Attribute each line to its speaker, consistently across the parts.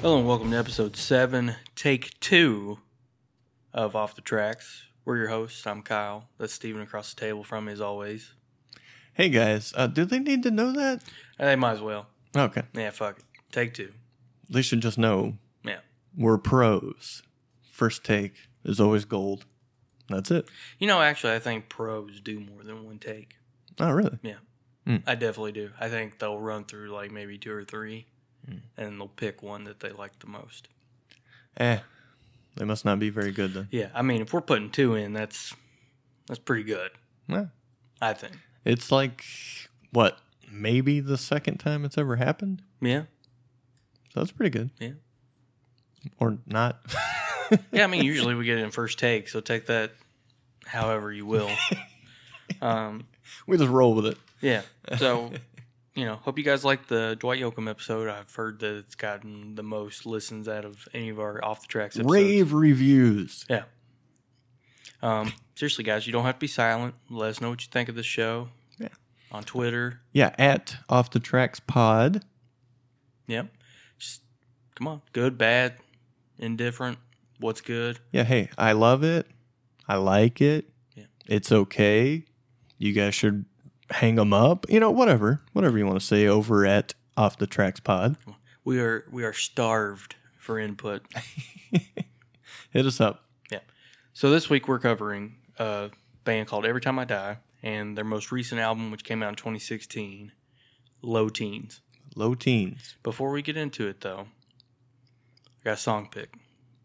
Speaker 1: Hello and welcome to episode seven, take two of Off the Tracks. We're your hosts. I'm Kyle. That's Steven across the table from me as always.
Speaker 2: Hey guys, uh, do they need to know that?
Speaker 1: And Uh, they might as well.
Speaker 2: Okay,
Speaker 1: Yeah, fuck it. Take two.
Speaker 2: they should just know
Speaker 1: Yeah.
Speaker 2: we're pros. First take is always gold. That's it.
Speaker 1: You know, actually, I think pros do more than one take.
Speaker 2: Oh, really?
Speaker 1: I definitely do. I think they'll run through like maybe two or three and they'll pick one that they like the most.
Speaker 2: Eh, they must not be very good then.
Speaker 1: Yeah, I mean, if we're putting two in, that's that's pretty good,
Speaker 2: Yeah.
Speaker 1: I think.
Speaker 2: It's like what? Maybe the second time it's ever happened.
Speaker 1: Yeah.
Speaker 2: So that's pretty good.
Speaker 1: Yeah.
Speaker 2: Or not.
Speaker 1: Yeah, I mean, usually we get it in first take, so take that however you will. Um,
Speaker 2: we just roll with it.
Speaker 1: yeah. So, you know, hope you guys like the Dwight Yoakam episode. I've heard that it's gotten the most listens out of any of our off the tracks episodes.
Speaker 2: Rave reviews.
Speaker 1: Yeah. Um, seriously, guys, you don't have to be silent. Let us know what you think of the show.
Speaker 2: Yeah.
Speaker 1: On Twitter.
Speaker 2: Yeah, at off the tracks pod.
Speaker 1: Yep. Just come on. Good, bad, indifferent. What's good?
Speaker 2: Yeah, hey, I love it. I like it.
Speaker 1: Yeah.
Speaker 2: It's okay. You guys should hang them up. You know, whatever. Whatever you want to say over at Off the Tracks Pod.
Speaker 1: We are we are starved for input.
Speaker 2: Hit us up.
Speaker 1: So this week we're covering a band called Every Time I Die and their most recent album, which came out in 2016, Low Teens.
Speaker 2: Low teens.
Speaker 1: Before we get into it, though, I got a song pick.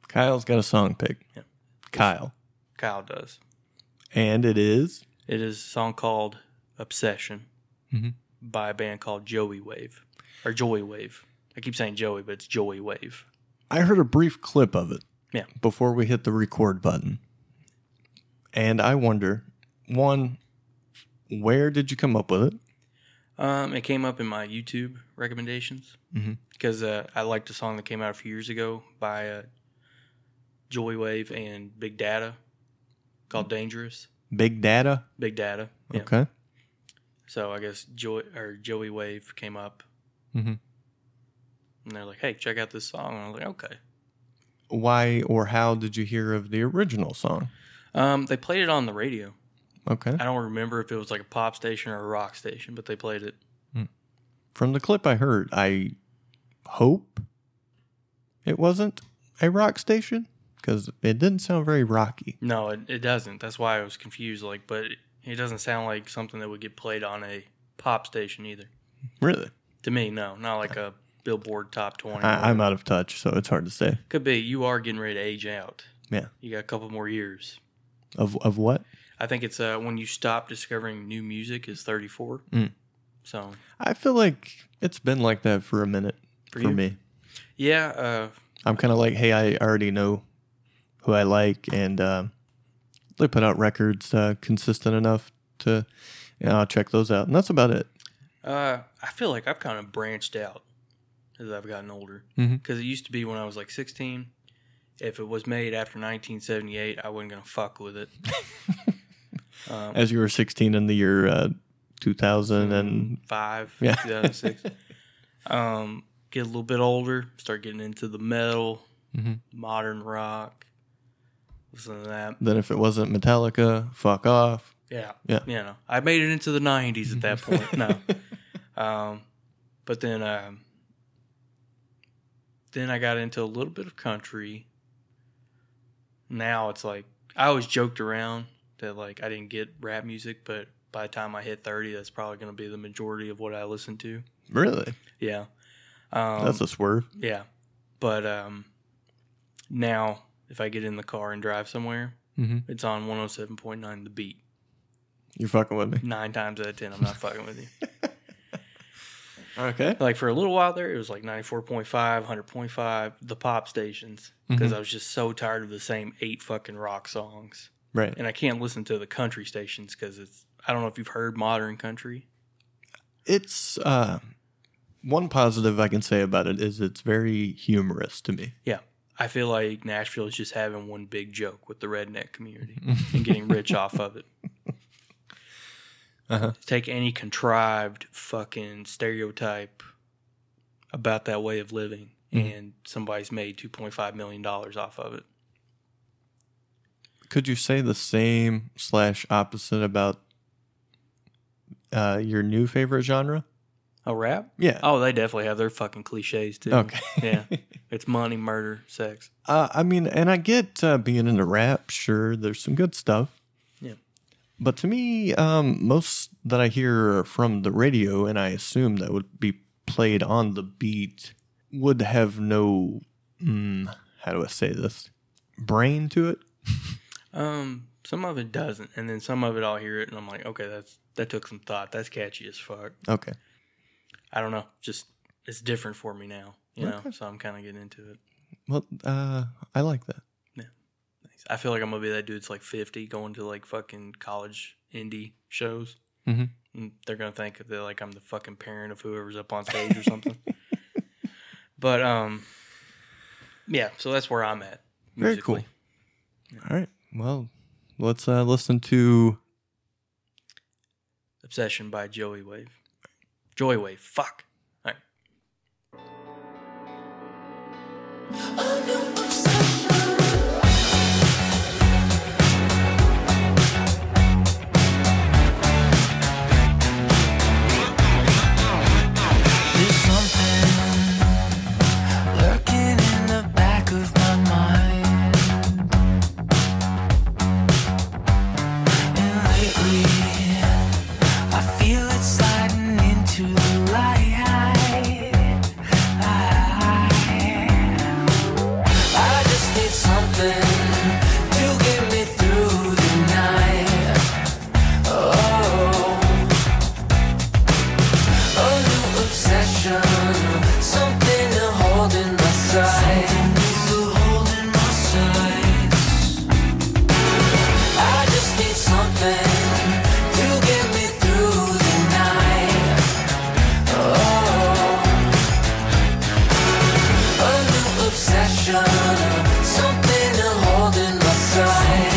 Speaker 2: Kyle's got a song pick.
Speaker 1: Yeah.
Speaker 2: Kyle.
Speaker 1: Kyle does.
Speaker 2: And it is.
Speaker 1: It is a song called Obsession
Speaker 2: Mhm.
Speaker 1: by a band called Joey Wave or Joy Wave. I keep saying Joey, but it's Joey Wave.
Speaker 2: I heard a brief clip of it.
Speaker 1: Yeah.
Speaker 2: Before we hit the record button. And I wonder, one, where did you come up with it?
Speaker 1: Um, it came up in my YouTube recommendations
Speaker 2: Mhm.
Speaker 1: because uh, I liked a song that came out a few years ago by uh, Joy Wave and Big Data called "Dangerous."
Speaker 2: Big data.
Speaker 1: Big Data. Yeah.
Speaker 2: Okay.
Speaker 1: So I guess Joy or Joey Wave came up,
Speaker 2: Mhm.
Speaker 1: and they're like, "Hey, check out this song." And I was like, "Okay."
Speaker 2: Why or how did you hear of the original song?
Speaker 1: Um, they played it on the radio.
Speaker 2: Okay.
Speaker 1: I don't remember if it was like a pop station or a rock station, but they played it.
Speaker 2: From the clip I heard, I hope it wasn't a rock station because it didn't sound very rocky.
Speaker 1: No, it, it doesn't. That's why I was confused. Like, but it, it doesn't sound like something that would get played on a pop station either.
Speaker 2: Really?
Speaker 1: To me, no, not like a Billboard Top Twenty.
Speaker 2: I, I'm out of touch, so it's hard to say.
Speaker 1: Could be. You are getting ready to age out.
Speaker 2: Yeah.
Speaker 1: You got a couple more years.
Speaker 2: Of of what?
Speaker 1: I think it's uh, when you stop discovering new music is 34.
Speaker 2: Mm.
Speaker 1: So,
Speaker 2: I feel like it's been like that for a minute
Speaker 1: For
Speaker 2: for,
Speaker 1: you?
Speaker 2: me.
Speaker 1: yeah, uh,
Speaker 2: I'm kind of like, hey, I already know who I like, and um they put out records uh, consistent enough to, you know, I'll check those out, and that's about it.
Speaker 1: uh, I feel like I've kind of branched out as I've gotten older.
Speaker 2: Mhm.
Speaker 1: Because it used to be when I was like 16, if it was made after 1978, I wasn't going to fuck with it. um,
Speaker 2: As you were 16 in the year uh, 2000 and
Speaker 1: five,
Speaker 2: Yeah.
Speaker 1: 2006. um, get a little bit older, start getting into the metal,
Speaker 2: Mhm.
Speaker 1: modern rock, listen to that.
Speaker 2: Then if it wasn't Metallica, fuck off.
Speaker 1: Yeah.
Speaker 2: Yeah.
Speaker 1: You know, I made it into the 90s at that point. No.
Speaker 2: Mm-hmm.
Speaker 1: Um, but then, um, then I got into a little bit of country. Now it's like, I always joked around that like I didn't get rap music, but by the time I hit 30, that's probably going to be the majority of what I listen to.
Speaker 2: Really?
Speaker 1: Yeah. Um,
Speaker 2: That's a swerve.
Speaker 1: yeah. But, um, now if I get in the car and drive somewhere,
Speaker 2: Mhm.
Speaker 1: it's on 107.9 The Beat
Speaker 2: You're fucking with me.
Speaker 1: nine times out of ten, I'm not fucking with you.
Speaker 2: Okay.
Speaker 1: like for a little while there, it was like 94.5, 100.5, the pop stations, because
Speaker 2: Mhm.
Speaker 1: I was just so tired of the same eight fucking rock songs.
Speaker 2: Right.
Speaker 1: And I can't listen to the country stations because it's, I don't know if you've heard modern country.
Speaker 2: It's uh, one positive I can say about it is it's very humorous to me.
Speaker 1: I feel like Nashville is just having one big joke with the redneck community and getting rich off of it.
Speaker 2: Uh-huh.
Speaker 1: Take any contrived fucking stereotype about that way of living,
Speaker 2: Mhm.
Speaker 1: and somebody's made $2.5 million off of it.
Speaker 2: Could you say the same slash opposite about uh, your new favorite genre?
Speaker 1: A rap?
Speaker 2: Yeah.
Speaker 1: Oh, they definitely have their fucking cliches too.
Speaker 2: Okay.
Speaker 1: yeah. It's money, murder, sex.
Speaker 2: Uh, I mean, and I get uh, being into rap. Sure, there's some good stuff.
Speaker 1: Yeah.
Speaker 2: But to me, um, most that I hear are from the radio, and I assume that would be played on the beat, would have no, mm, how do I say this, brain to it.
Speaker 1: Um, some of it doesn't, and then some of it I'll hear it and I'm like, okay, that's that took some thought. That's catchy as fuck.
Speaker 2: Okay.
Speaker 1: I don't know. Just it's different for me now, you know.
Speaker 2: Okay.
Speaker 1: So I'm kind of getting into it.
Speaker 2: Well, uh, I like that.
Speaker 1: Thanks. I feel like I'm gonna be that dude. that's like 50 going to like fucking college indie shows.
Speaker 2: Mhm.
Speaker 1: And they're gonna think that like I'm the fucking parent of whoever's up on stage or something. But um, yeah. So that's where I'm at.
Speaker 2: Very cool. All right. Well, let's uh, listen to.
Speaker 1: Obsession by Joey Wave. Joy Wave. Fuck.
Speaker 3: There's something lurking in the back of my mind, and lately I feel it sliding into the light. I just need something to get me through the night. Oh. A new obsession, something to hold in my sight. I just need something to get me through the night. Oh, a new obsession, something to hold in my sight.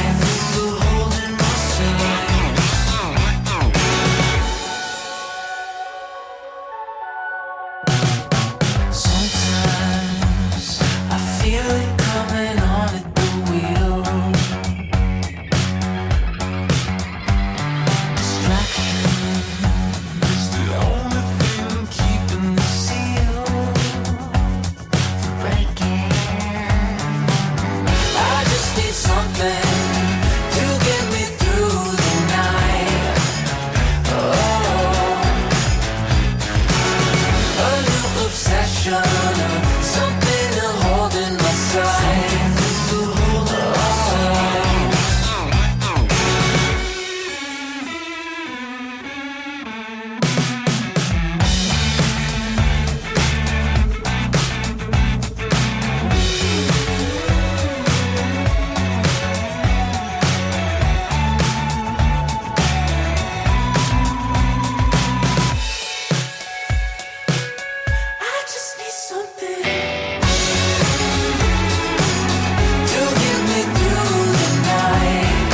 Speaker 3: Sometimes I feel it coming on at the wheel. Distraction is the only thing keeping the seal from breaking. I just need something to get me through the night. Oh. A new obsession, something to hold in my sight. I just need something to get me through the night.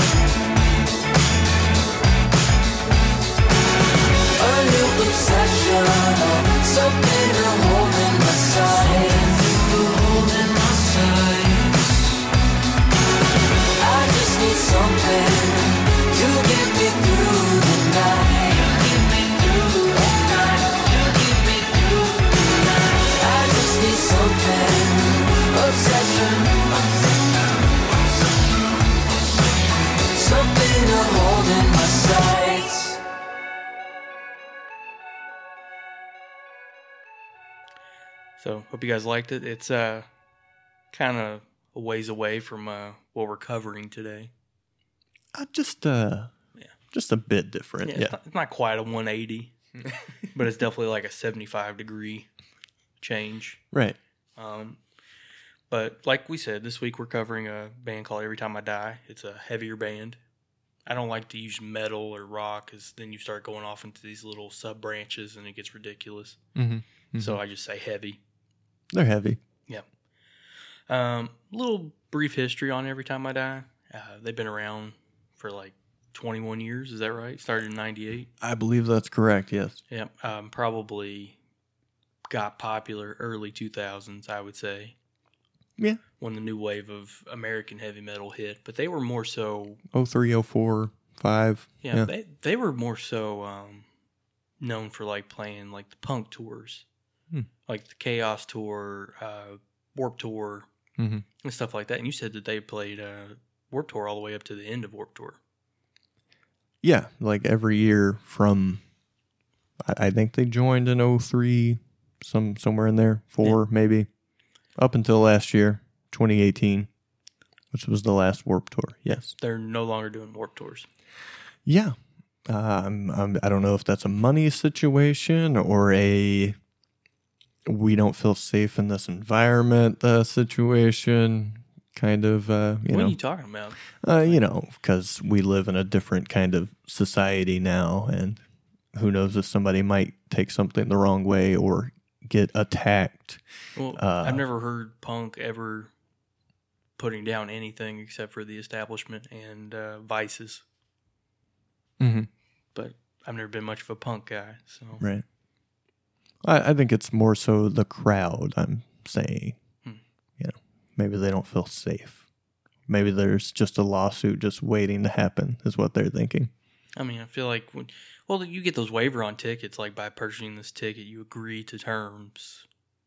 Speaker 3: A new obsession, something to hold in my sight. I just need something to get me through the night. Get me through the night. Get me through the night. I just need something. Obsession. Something to hold in my sights.
Speaker 1: So hope you guys liked it. It's uh kind of a ways away from uh, what we're covering today.
Speaker 2: I just uh,
Speaker 1: Yeah.
Speaker 2: just a bit different.
Speaker 1: Yeah,
Speaker 2: Yeah.
Speaker 1: It's, not, it's not quite a 180. but it's definitely like a 75 degree change.
Speaker 2: Right.
Speaker 1: Um, but like we said, this week we're covering a band called Every Time I Die. It's a heavier band. I don't like to use metal or rock because then you start going off into these little sub branches and it gets ridiculous.
Speaker 2: Mm-hmm.
Speaker 1: So I just say heavy.
Speaker 2: They're heavy.
Speaker 1: Um, little brief history on Every Time I Die. Uh, they've been around for like 21 years. Is that right? Started in 98.
Speaker 2: I believe that's correct. Yes.
Speaker 1: Yeah, um, probably got popular early 2000s, I would say.
Speaker 2: Yeah.
Speaker 1: When the new wave of American heavy metal hit, but they were more so,
Speaker 2: 03, 04, 05.
Speaker 1: yeah, they they were more so um, known for like playing like the punk tours,
Speaker 2: Hmm.
Speaker 1: like the Chaos tour, uh, Warp tour,
Speaker 2: Mhm.
Speaker 1: and stuff like that. And you said that they played uh, Warp tour all the way up to the end of Warp tour.
Speaker 2: Yeah, like every year from, I, I think they joined in 03, some somewhere in there, four maybe, up until last year, 2018, which was the last Warp Tour. Yes.
Speaker 1: They're no longer doing Warp tours.
Speaker 2: Yeah. Um, I'm, I don't know if that's a money situation or a we don't feel safe in this environment uh, situation, kind of. Uh, you
Speaker 1: what
Speaker 2: know,
Speaker 1: are you talking about?
Speaker 2: uh, you know, because we live in a different kind of society now, and who knows if somebody might take something the wrong way or get attacked.
Speaker 1: Well,
Speaker 2: Uh,
Speaker 1: I've never heard punk ever putting down anything except for the establishment and uh, vices.
Speaker 2: Mhm.
Speaker 1: But I've never been much of a punk guy, so
Speaker 2: Right. I, I think it's more so the crowd. I'm saying,
Speaker 1: Hmm.
Speaker 2: you know, maybe they don't feel safe. Maybe there's just a lawsuit just waiting to happen. Is what they're thinking.
Speaker 1: I mean, I feel like when well, you get those waiver on tickets, like by purchasing this ticket, you agree to terms,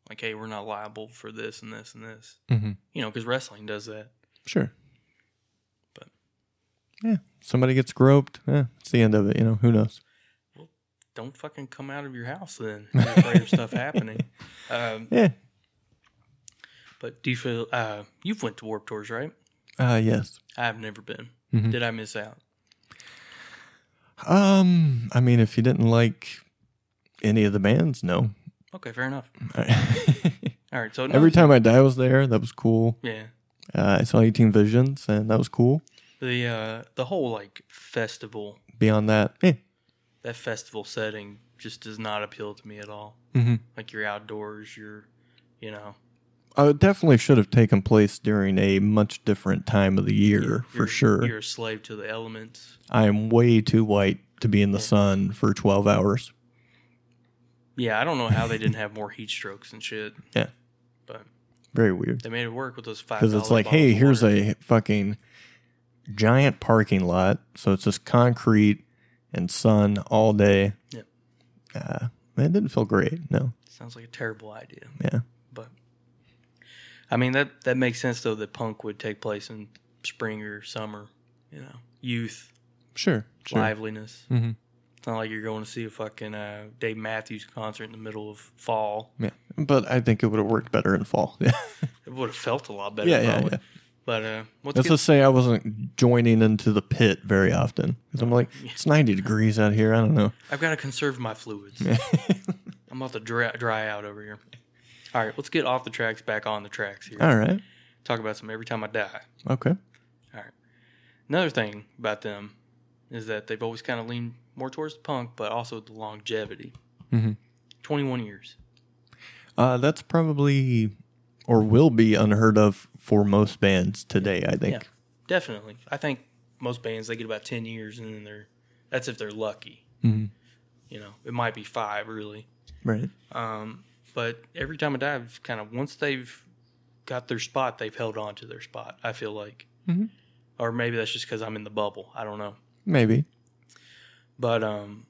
Speaker 1: like hey, we're not liable for this and this and this.
Speaker 2: Mm-hmm.
Speaker 1: You know, because wrestling does that.
Speaker 2: Sure.
Speaker 1: But-
Speaker 2: yeah, somebody gets groped. Eh, it's the end of it. You know, who knows?
Speaker 1: Don't fucking come out of your house then. if there's Later stuff happening. Um,
Speaker 2: Yeah.
Speaker 1: but do you feel uh, you've went to Warp Tours, right?
Speaker 2: Uh, yes.
Speaker 1: I've never been.
Speaker 2: Mhm.
Speaker 1: Did I miss out?
Speaker 2: Um, I mean, if you didn't like any of the bands, no.
Speaker 1: Okay, fair enough.
Speaker 2: Mm.
Speaker 1: All right, so no-
Speaker 2: Every time I die was there. That was cool.
Speaker 1: yeah,
Speaker 2: Uh, I saw 18 Visions, and that was cool.
Speaker 1: the uh, the whole like festival,
Speaker 2: Beyond that, eh.
Speaker 1: that festival setting just does not appeal to me at all.
Speaker 2: Mhm.
Speaker 1: Like you're outdoors, you're, you know,
Speaker 2: Uh, it definitely should have taken place during a much different time of the year,
Speaker 1: you're-
Speaker 2: for sure.
Speaker 1: You're a slave to the elements.
Speaker 2: I am way too white to be in the
Speaker 1: Yeah.
Speaker 2: sun for 12 hours.
Speaker 1: Yeah, I don't know how they didn't have more heat strokes and shit.
Speaker 2: Yeah.
Speaker 1: but
Speaker 2: Very weird.
Speaker 1: they made it work with those five.
Speaker 2: Because it's like, hey, here's a fucking giant parking lot. So it's just concrete and sun all day.
Speaker 1: Yep.
Speaker 2: Uh, it didn't feel great. No.
Speaker 1: sounds like a terrible idea.
Speaker 2: Yeah.
Speaker 1: But I mean that that makes sense though that punk would take place in spring or summer, you know. Youth,
Speaker 2: Sure.
Speaker 1: liveliness.
Speaker 2: Mhm.
Speaker 1: It's not like you're going to see a fucking uh, Dave Matthews concert in the middle of fall.
Speaker 2: Yeah. But I think it would have worked better in fall. Yeah.
Speaker 1: It would have felt a lot better.
Speaker 2: yeah. Yeah.
Speaker 1: probably.
Speaker 2: yeah.
Speaker 1: But uh, let's
Speaker 2: Let's
Speaker 1: get,
Speaker 2: just say I wasn't joining into the pit very often. Because I'm like, it's 90 degrees out here. I don't know.
Speaker 1: I've got to conserve my fluids. I'm about to dry, dry out over here. All right, let's get off the tracks, back on the tracks here.
Speaker 2: All right.
Speaker 1: Talk about some every time I die.
Speaker 2: Okay.
Speaker 1: Another thing about them is that they've always kind of leaned more towards the punk, but also the longevity.
Speaker 2: Mhm.
Speaker 1: 21 years.
Speaker 2: Uh, that's probably or will be unheard of for most bands today, I think.
Speaker 1: Yeah, definitely. I think most bands they get about 10 years, and then they're that's if they're lucky.
Speaker 2: Mhm.
Speaker 1: You know, it might be five really.
Speaker 2: Right.
Speaker 1: Um, but every time I dive, kind of once they've got their spot, they've held on to their spot. I feel like,
Speaker 2: Mhm.
Speaker 1: or maybe that's just because I'm in the bubble. I don't know.
Speaker 2: Maybe.
Speaker 1: But um,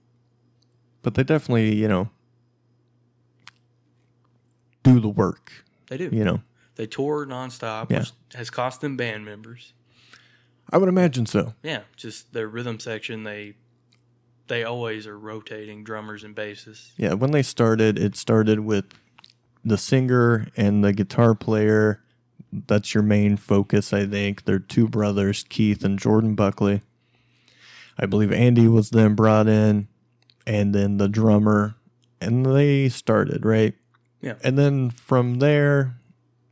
Speaker 2: but they definitely you know do the work
Speaker 1: they do.
Speaker 2: you know
Speaker 1: They tour nonstop,
Speaker 2: Yeah.
Speaker 1: which has cost them band members.
Speaker 2: i would imagine so
Speaker 1: Yeah, just their rhythm section. They they always are rotating drummers and bassists.
Speaker 2: yeah when they started it started with the singer and the guitar player that's your main focus i think they're two brothers keith and jordan buckley i believe andy was then brought in and then the drummer and they started right.
Speaker 1: Yeah.
Speaker 2: And then from there,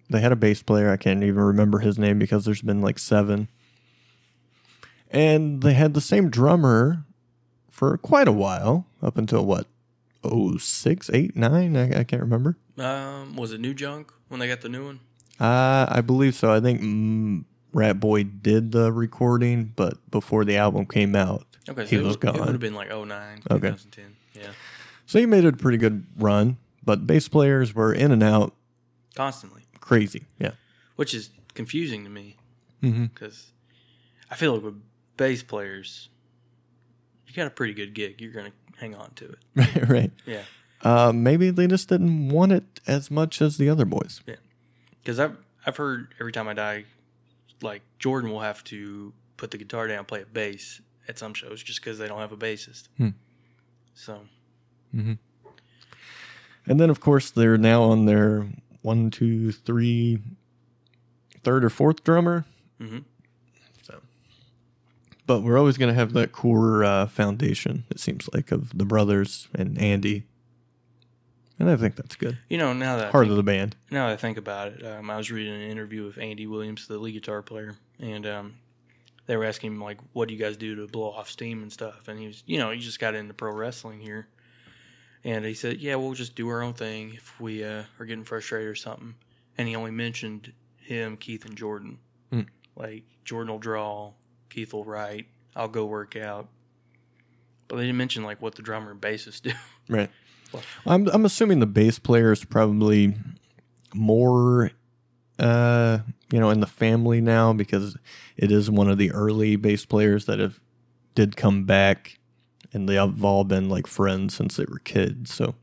Speaker 2: they had a bass player. I can't even remember his name because there's been like seven. And they had the same drummer for quite a while up until what? Oh, six, eight, nine? I, I can't remember.
Speaker 1: Um, was it New Junk when they got the new one?
Speaker 2: Uh, I believe so. I think mm, Rat Boy did the recording, but before the album came out,
Speaker 1: Okay, so
Speaker 2: he
Speaker 1: it
Speaker 2: was
Speaker 1: was, It would
Speaker 2: gone.
Speaker 1: have been like oh, 09,
Speaker 2: Okay.
Speaker 1: 2010. Yeah,
Speaker 2: so he made a pretty good run, but bass players were in and out
Speaker 1: constantly,
Speaker 2: crazy. Yeah.
Speaker 1: which is confusing to me
Speaker 2: Mm-hmm.
Speaker 1: because I feel like with bass players, you got a pretty good gig. You're gonna hang on to it.
Speaker 2: right, right.
Speaker 1: Yeah,
Speaker 2: Uh, maybe they just didn't want it as much as the other boys.
Speaker 1: because I've I've heard every time I die, like Jordan will have to put the guitar down, and play a bass at some shows just because they don't have a bassist.
Speaker 2: Hmm.
Speaker 1: So
Speaker 2: And then, of course, they're now on their one, two, three, third or fourth drummer.
Speaker 1: Mhm.
Speaker 2: So, but we're always going to have that core uh, foundation. It seems like of the brothers and Andy, and I think that's good.
Speaker 1: you know now that I
Speaker 2: Heart
Speaker 1: think-
Speaker 2: of the band.
Speaker 1: Now that I think about it, um, I was reading an interview with Andy Williams, the lead guitar player, and um, they were asking him like, "What do you guys do to blow off steam and stuff?" And he was, you know, he just got into pro wrestling here, and he said, "Yeah, we'll just do our own thing if we uh, are getting frustrated or something." And he only mentioned him, Keith, and Jordan.
Speaker 2: Hmm.
Speaker 1: Like Jordan will draw, Keith will write, I'll go work out, but they didn't mention like what the drummer and bassist do.
Speaker 2: Right. I'm I'm assuming the bass player is probably more uh you know in the family now because it is one of the early bass players that have did come back and they've all been like friends since they were kids. So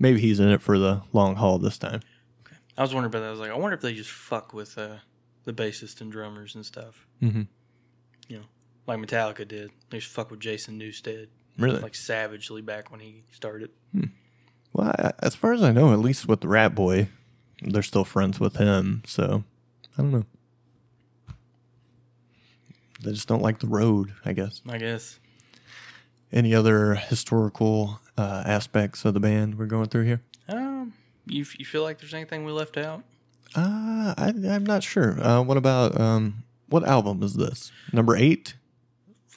Speaker 2: maybe he's in it for the long haul this time.
Speaker 1: I was wondering about that. I was like, I wonder if they just fuck with uh, the bassist and drummers and stuff.
Speaker 2: Mhm.
Speaker 1: You know, like Metallica did. They just fuck with Jason Newsted
Speaker 2: Really?
Speaker 1: like savagely back when he started.
Speaker 2: well, I, as far as I know, at least with Rat Boy, they're still friends with him. So I don't know. They just don't like the road, I guess.
Speaker 1: I guess.
Speaker 2: any other historical uh, aspects of the band we're going through here?
Speaker 1: Um, you you feel like there's anything we left out?
Speaker 2: Uh, I, I'm not sure. Uh, what about um, what album is this? Number eight?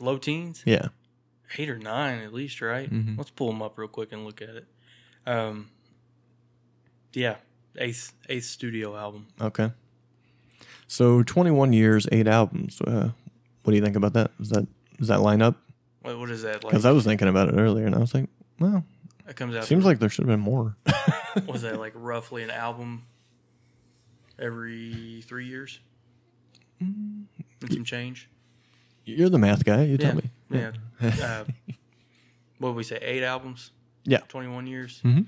Speaker 1: Low teens,
Speaker 2: Yeah.
Speaker 1: eight or nine at least, right?
Speaker 2: Mhm.
Speaker 1: Let's pull them up real quick and look at it. Um, yeah, eighth eighth studio album.
Speaker 2: Okay. So 21 years, eight albums. Uh, what do you think about that? Is that does that line up?
Speaker 1: What what is that like?
Speaker 2: Because I was thinking about it earlier, and I was like, well,
Speaker 1: It comes out.
Speaker 2: seems like there should have been more.
Speaker 1: was that like roughly an album every three years and some change
Speaker 2: You're the math guy. You
Speaker 1: yeah
Speaker 2: tell me.
Speaker 1: yeah uh, what would we say eight albums
Speaker 2: Yeah.
Speaker 1: 21 years
Speaker 2: Mhm.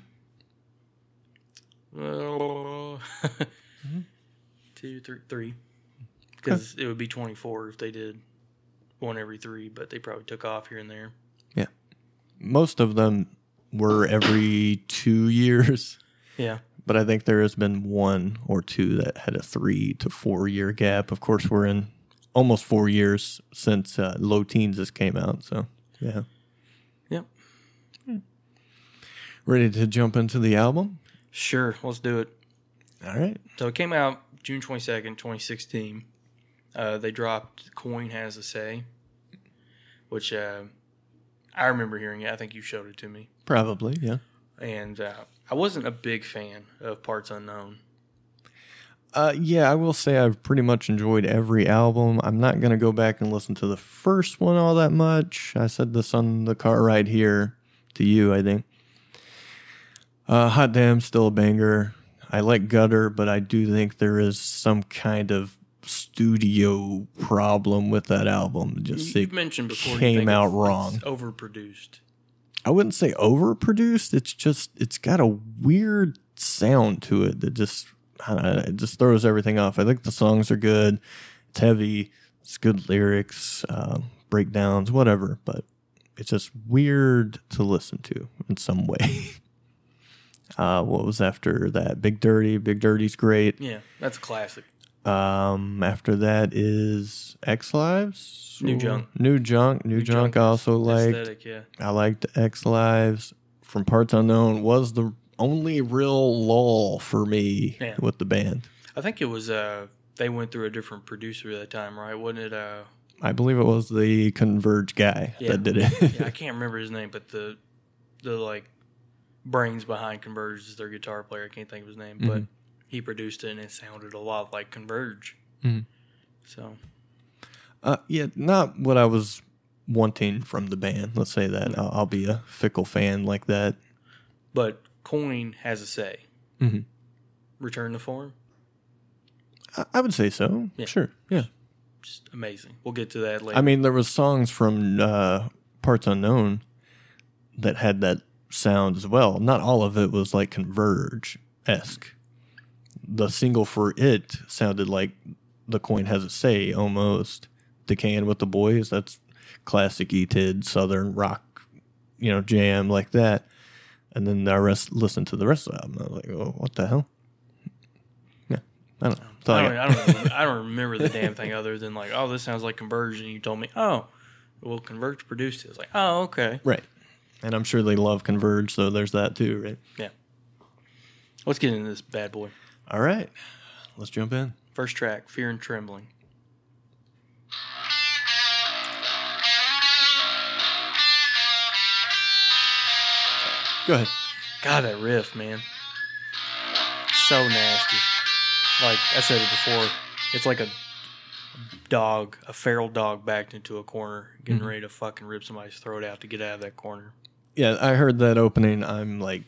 Speaker 1: Uh, two three three because it would be 24 if they did one every three but they probably took off here and there
Speaker 2: Most of them were every two years.
Speaker 1: yeah
Speaker 2: but I think there has been one or two that had a three to four year gap. Of course, we're in almost four years since uh, Low Teens just came out. So, yeah. Hmm.
Speaker 1: Yep.
Speaker 2: Ready to jump into the album?
Speaker 1: sure let's do it
Speaker 2: All right.
Speaker 1: So it came out June 22nd, 2016. Uh, they dropped Coin Has a Say, which uh, I remember hearing it. I think you showed it to me.
Speaker 2: Probably, yeah.
Speaker 1: And uh, I wasn't a big fan of Parts Unknown.
Speaker 2: Uh, yeah, I will say I've pretty much enjoyed every album. I'm not going to go back and listen to the first one all that much. I said this on the car ride here to you, I think. Uh, Hot Damn, still a banger. I like Gutter, but I do think there is some kind of studio problem with that album.
Speaker 1: You,
Speaker 2: Just
Speaker 1: you
Speaker 2: it,
Speaker 1: mentioned before you
Speaker 2: came
Speaker 1: think
Speaker 2: out
Speaker 1: it's-
Speaker 2: wrong.
Speaker 1: it's overproduced.
Speaker 2: I wouldn't say overproduced. It's just it's got a weird sound to it that just I don't know, it just throws everything off. I think the songs are good. It's heavy. It's good lyrics, uh, breakdowns, whatever. But it's just weird to listen to in some way. uh, what was after that? Big Dirty. Big Dirty's great.
Speaker 1: Yeah, that's a classic.
Speaker 2: Um, after that is X Lives.
Speaker 1: New
Speaker 2: Or-
Speaker 1: Junk.
Speaker 2: New Junk. New,
Speaker 1: New
Speaker 2: Junk.
Speaker 1: Junk
Speaker 2: I also liked.
Speaker 1: Aesthetic, yeah.
Speaker 2: I liked X Lives. from Parts Unknown was the only real lull for me
Speaker 1: Yeah.
Speaker 2: with the band.
Speaker 1: I think it was uh they went through a different producer at that time, right? Wasn't it uh
Speaker 2: I believe it was the Converge guy
Speaker 1: Yeah.
Speaker 2: that did it.
Speaker 1: yeah, I can't remember his name, but the the like brains behind Converge is their guitar player. I can't think of his name, but
Speaker 2: Mhm.
Speaker 1: he produced it and it sounded a lot like Converge.
Speaker 2: Mhm.
Speaker 1: So
Speaker 2: Uh, yeah, not what I was wanting from the band. Let's say that I'll, I'll be a fickle fan like that.
Speaker 1: but Coin has a say.
Speaker 2: Mhm.
Speaker 1: Return to form.
Speaker 2: I, I would say so.
Speaker 1: Yeah.
Speaker 2: Sure. Yeah.
Speaker 1: Just amazing. We'll get to that later.
Speaker 2: I mean, there was songs from uh, Parts Unknown that had that sound as well. Not all of it was like Converge esque. The single for it sounded like "The Coin Has a Say" almost. Decaying with the boys. That's classic E-Tid Southern rock, you know, jam like that. And then I rest listened to the rest of the album. I was like, oh, what the hell? Yeah, I don't. know. That's all
Speaker 1: I
Speaker 2: I
Speaker 1: don't,
Speaker 2: got.
Speaker 1: I, don't remember, I don't remember the damn thing other than like, oh, this sounds like Converge, and you told me, oh, well, Converge produced it. It's like, oh, okay.
Speaker 2: Right. And I'm sure they love Converge, so there's that too, right?
Speaker 1: Let's get into this bad boy.
Speaker 2: All right. Let's jump in.
Speaker 1: First track, Fear and Trembling.
Speaker 2: Go ahead.
Speaker 1: God, that riff, man. So nasty. Like I said it before, it's like a dog, a feral dog backed into a corner, getting
Speaker 2: Mhm.
Speaker 1: ready to fucking rip somebody's throat out to get out of that corner.
Speaker 2: Yeah, I heard that opening. I'm like,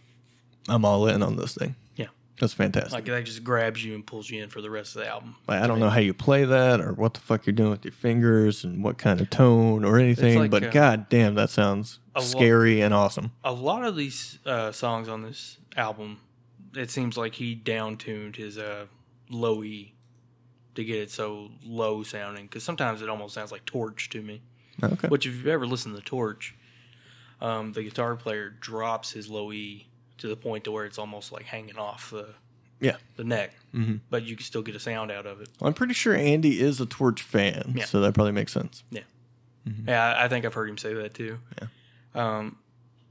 Speaker 2: I'm all in on this thing.
Speaker 1: Yeah.
Speaker 2: That's fantastic.
Speaker 1: Like that just grabs you and pulls you in for the rest of the album.
Speaker 2: Like, I don't know how you play that or what the fuck you're doing with your fingers and what kind of tone or anything,
Speaker 1: like,
Speaker 2: but
Speaker 1: uh,
Speaker 2: god damn, that sounds
Speaker 1: a lo-
Speaker 2: scary and awesome.
Speaker 1: a lot of these uh, songs on this album, it seems like he downtuned his uh, low E to get it so low sounding. Because sometimes it almost sounds like Torch to me.
Speaker 2: Okay.
Speaker 1: Which, if you've ever listened to Torch, um, the guitar player drops his low E to the point to where it's almost like hanging off the
Speaker 2: Yeah.
Speaker 1: the neck,
Speaker 2: Mhm.
Speaker 1: but you can still get a sound out of it.
Speaker 2: Well, I'm pretty sure Andy is a Torch fan,
Speaker 1: Yeah.
Speaker 2: so that probably makes sense.
Speaker 1: Yeah, I, I think I've heard him say that too.
Speaker 2: Yeah.
Speaker 1: Um,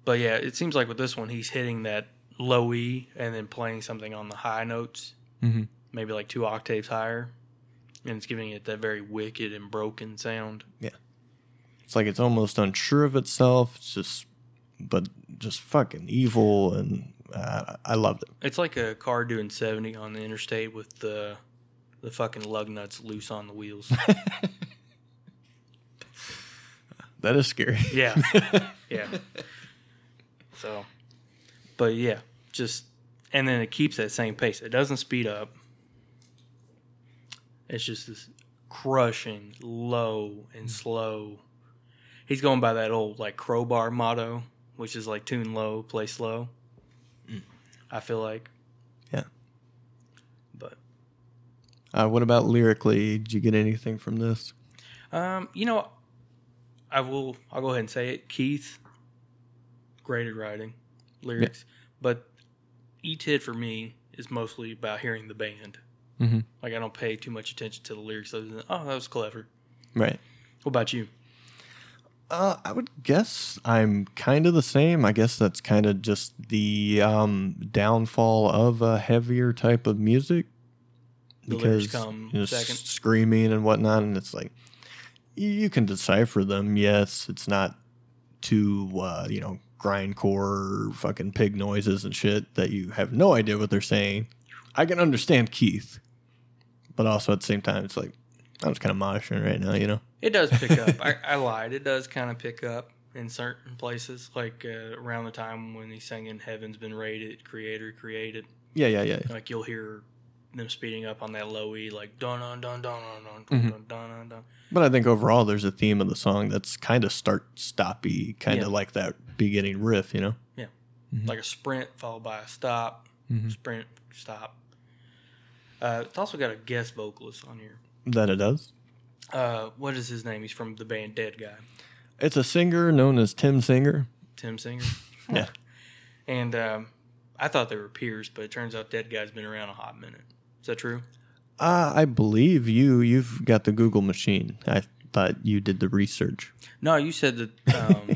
Speaker 1: but yeah, it seems like with this one, he's hitting that low E and then playing something on the high notes,
Speaker 2: Mhm.
Speaker 1: maybe like two octaves higher, and it's giving it that very wicked and broken sound.
Speaker 2: It's like it's almost unsure of itself. It's just, but just fucking evil, and uh, I loved it.
Speaker 1: It's like a car doing seventy on the interstate with the the fucking lug nuts loose on the wheels.
Speaker 2: That is scary.
Speaker 1: yeah, yeah. So, but yeah, just and then it keeps that same pace. It doesn't speed up. It's just this crushing, low and slow. He's going by that old like crowbar motto, which is like tune low, play slow. I feel like.
Speaker 2: Yeah.
Speaker 1: But
Speaker 2: Uh, what about lyrically? Did you get anything from this?
Speaker 1: um, you know, I will. I'll go ahead and say it. Keith, great at writing lyrics, but E Tid for me is mostly about hearing the band.
Speaker 2: Mhm.
Speaker 1: Like I don't pay too much attention to the lyrics other than oh that was clever.
Speaker 2: Right.
Speaker 1: What about you?
Speaker 2: Uh, I would guess I'm kind of the same. I guess that's kind of just the um, downfall of a heavier type of music
Speaker 1: The lyrics come
Speaker 2: you know,
Speaker 1: second.
Speaker 2: s- screaming and whatnot, and it's like y- you can decipher them. Yes, it's not too uh, you know grindcore fucking pig noises and shit that you have no idea what they're saying. I can understand Keith, but also at the same time, it's like I'm just kind of monitoring right now, you know.
Speaker 1: It does pick up. I, I lied. It does kind of pick up in certain places, like uh, around the time when he's singing "Heaven's Been Raided," "Creator Created."
Speaker 2: Yeah, yeah, yeah. yeah.
Speaker 1: Like you'll hear them speeding up on that low E, like dun dun dun dun dun dun
Speaker 2: Mhm.
Speaker 1: dun dun dun dun.
Speaker 2: But I think overall, there's a theme of the song that's kind of start stoppy, kind of
Speaker 1: Yeah.
Speaker 2: like that beginning riff, you know. Mhm.
Speaker 1: like a sprint followed by a stop,
Speaker 2: Mhm.
Speaker 1: sprint, stop. Uh, it's also got a guest vocalist on here.
Speaker 2: That it does.
Speaker 1: Uh, what is his name? He's from the band Dead Guy,
Speaker 2: It's a singer known as Tim Singer.
Speaker 1: Tim Singer.
Speaker 2: Yeah.
Speaker 1: And um, I thought they were peers, but it turns out Dead Guy's been around a hot minute. Is that true?
Speaker 2: Uh, I believe you. You've got the Google machine. I thought you did the research.
Speaker 1: No, you said that um,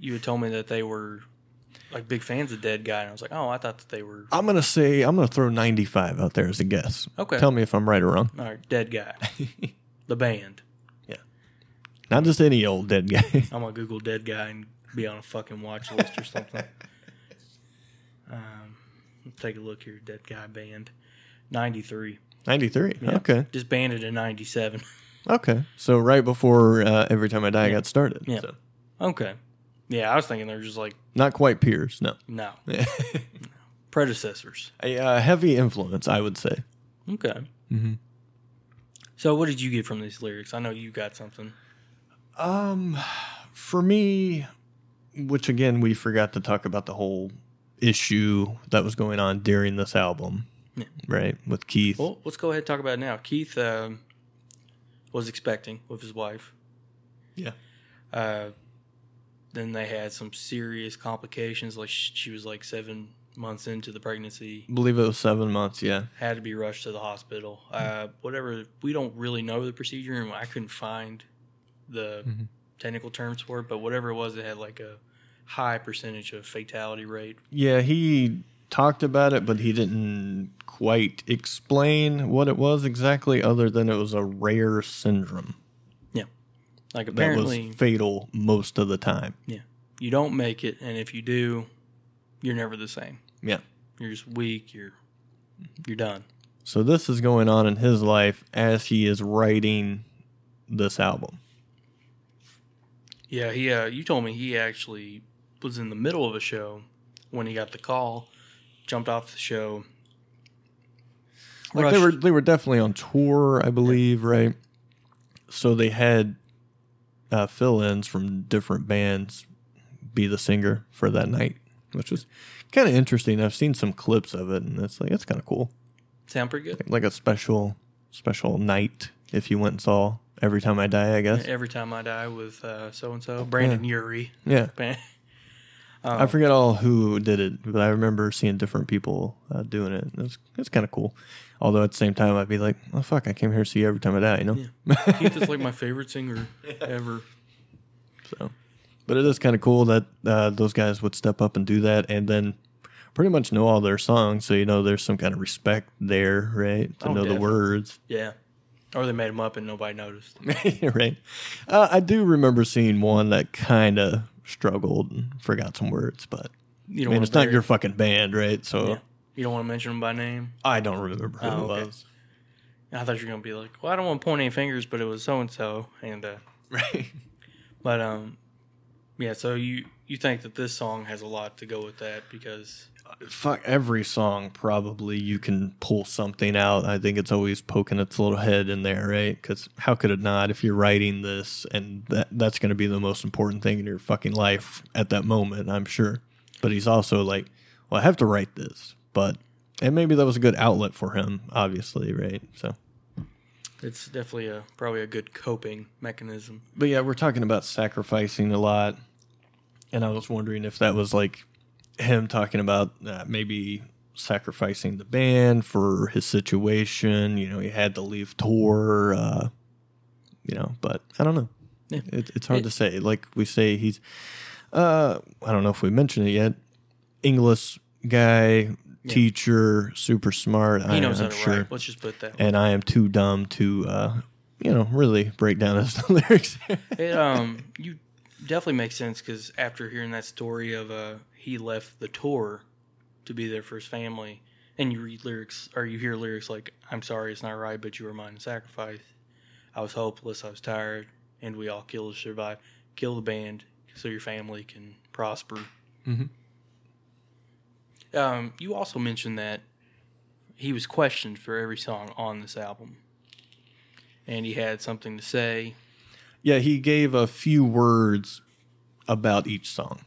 Speaker 1: you had told me that they were like big fans of Dead Guy, and I was like, oh, I thought that they were
Speaker 2: I'm gonna say I'm gonna throw 95 out there as a guess.
Speaker 1: Okay.
Speaker 2: Tell me if I'm right or wrong.
Speaker 1: all right, Dead Guy, the band.
Speaker 2: Not just any old dead guy.
Speaker 1: I'm gonna Google Dead Guy and be on a fucking watch list or something. Um, let's take a look here. Dead Guy band, ninety three.
Speaker 2: 93. Okay.
Speaker 1: Just banded in ninety seven.
Speaker 2: Okay. So right before uh, Every Time I Die got started.
Speaker 1: Yeah.
Speaker 2: So
Speaker 1: Okay. Yeah, I was thinking they're just like
Speaker 2: not quite peers. No.
Speaker 1: no predecessors.
Speaker 2: A uh, heavy influence, I would say.
Speaker 1: Okay.
Speaker 2: Mhm.
Speaker 1: So, what did you get from these lyrics? I know you got something.
Speaker 2: Um, for me, which again we forgot to talk about the whole issue that was going on during this album,
Speaker 1: Yeah.
Speaker 2: right? With Keith.
Speaker 1: Well, let's go ahead and talk about it now. Keith um, was expecting with his wife.
Speaker 2: Yeah.
Speaker 1: Uh, then they had some serious complications. Like sh- she was like seven months into the pregnancy,
Speaker 2: believe it was seven months. Yeah.
Speaker 1: had to be rushed to the hospital.
Speaker 2: Hmm.
Speaker 1: Uh, whatever. We don't really know the procedure, and I couldn't find the
Speaker 2: Mhm.
Speaker 1: technical terms for it. But whatever it was, it had like a high percentage of fatality rate.
Speaker 2: Yeah, he talked about it, but he didn't quite explain what it was exactly, other than it was a rare syndrome
Speaker 1: Like
Speaker 2: that
Speaker 1: apparently,
Speaker 2: was fatal most of the time.
Speaker 1: you don't make it, and if you do, you're never the same.
Speaker 2: Yeah.
Speaker 1: You're just weak. You're
Speaker 2: Mm-hmm.
Speaker 1: you're done.
Speaker 2: So this is going on in his life as he is writing this album.
Speaker 1: Yeah, he. Uh, you told me he actually was in the middle of a show when he got the call, jumped off the show.
Speaker 2: Like
Speaker 1: rushed-
Speaker 2: they were they were definitely on tour, I believe, right? So they had uh, fill-ins from different bands be the singer for that night, which was kind of interesting. I've seen some clips of it, and it's like it's kind of cool.
Speaker 1: sound pretty good.
Speaker 2: like a special special night if you went and saw every time i die i guess yeah,
Speaker 1: Every time I die with so and so, Brandon Urie.
Speaker 2: i forget all who did it but i remember seeing different people uh, doing it it's it's kind of cool although at the same time i'd be like oh fuck i came here to see every time i die you know
Speaker 1: Keith is like my favorite singer ever.
Speaker 2: so but it is kind of cool that uh, those guys would step up and do that and then pretty much know all their songs so you know there's some kind of respect there right to
Speaker 1: Oh,
Speaker 2: know the
Speaker 1: definitely.
Speaker 2: words
Speaker 1: Yeah, or they made him up and nobody noticed.
Speaker 2: right. Uh, I do remember seeing one that kind of struggled and forgot some words, but
Speaker 1: You don't.
Speaker 2: I mean,
Speaker 1: wanna
Speaker 2: it's not
Speaker 1: bury-
Speaker 2: your fucking band, right? So
Speaker 1: Yeah. You don't want to mention him by name.
Speaker 2: I don't remember who
Speaker 1: Oh,
Speaker 2: it
Speaker 1: okay.
Speaker 2: was.
Speaker 1: I thought you were gonna be like, well, I don't want to point any fingers, but it was so and so, and uh,
Speaker 2: Right.
Speaker 1: but um, yeah. So you you think that this song has a lot to go with that because
Speaker 2: Fuck every song. Probably you can pull something out. I think it's always poking its little head in there, right? Because how could it not? If you're writing this, and that that's going to be the most important thing in your fucking life at that moment, I'm sure. But he's also like, well, I have to write this, but and maybe that was a good outlet for him, obviously, right? So.
Speaker 1: it's definitely a probably a good coping mechanism.
Speaker 2: But yeah, we're talking about sacrificing a lot, and I was wondering if that was like him talking about uh, maybe sacrificing the band for his situation. You know, he had to leave tour. Uh, you know, but I don't know.
Speaker 1: Yeah.
Speaker 2: It, it's hard
Speaker 1: It-
Speaker 2: to say. Like we say, he's. Uh, I don't know if we mentioned it yet. English guy,
Speaker 1: Yeah.
Speaker 2: teacher, super smart.
Speaker 1: He
Speaker 2: I,
Speaker 1: knows how
Speaker 2: I'm
Speaker 1: to
Speaker 2: sure
Speaker 1: write. Let's just put that.
Speaker 2: and I am too dumb to, uh, you know, really break down his lyrics.
Speaker 1: it um you definitely makes sense because after hearing that story of uh he left the tour to be there for his family, and you read lyrics or you hear lyrics like "I'm sorry, it's not right, but you were mine to sacrifice." I was hopeless. I was tired, and we all kill to survive. Kill the band so your family can prosper.
Speaker 2: Mhm.
Speaker 1: Um, you also mentioned that he was questioned for every song on this album, and he had something to say.
Speaker 2: yeah, he gave a few words about each song,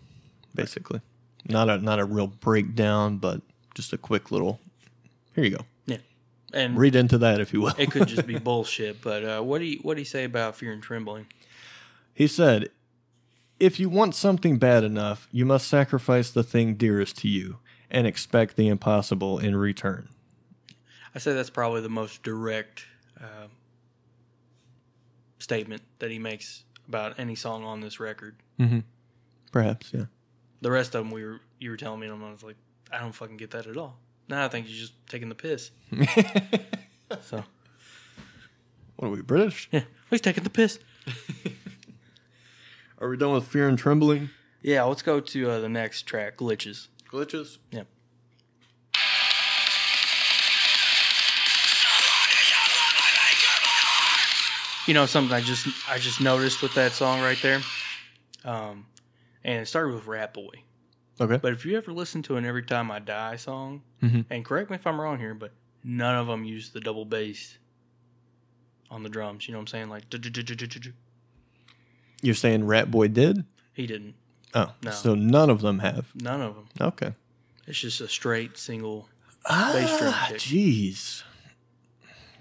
Speaker 2: basically. Not a not a real breakdown, but just a quick little. Here you go.
Speaker 1: And
Speaker 2: Read into that if you will.
Speaker 1: it could just be bullshit. But uh, what do you what do you say about fear and trembling?
Speaker 2: He said, If you want something bad enough, you must sacrifice the thing dearest to you and expect the impossible in return.
Speaker 1: I say that's probably the most direct uh, statement that he makes about any song on this record.
Speaker 2: Mm-hmm. Perhaps, yeah.
Speaker 1: The rest of them, we were you were telling me, and I was like, I don't fucking get that at all. Now I think you're just taking the piss. so
Speaker 2: What are we, British?
Speaker 1: yeah, he's taking the piss.
Speaker 2: Are we done with fear and trembling?
Speaker 1: Yeah, let's go to uh, the next track, glitches.
Speaker 2: Glitches?
Speaker 1: Yeah. You know something I just I just noticed with that song right there, um, and it started with Rat Boy.
Speaker 2: Okay.
Speaker 1: But if you ever listen to an Every Time I Die song,
Speaker 2: Mhm.
Speaker 1: and correct me if I'm wrong here, but none of them use the double bass on the drums. You know what I'm saying? Like "Du-du-du-du-du-du-du."
Speaker 2: You're saying Rat Boy did?
Speaker 1: he didn't.
Speaker 2: Oh,
Speaker 1: No.
Speaker 2: so none of them have.
Speaker 1: None of them.
Speaker 2: Okay.
Speaker 1: It's just a straight single. drum
Speaker 2: Ah,
Speaker 1: kick.
Speaker 2: jeez.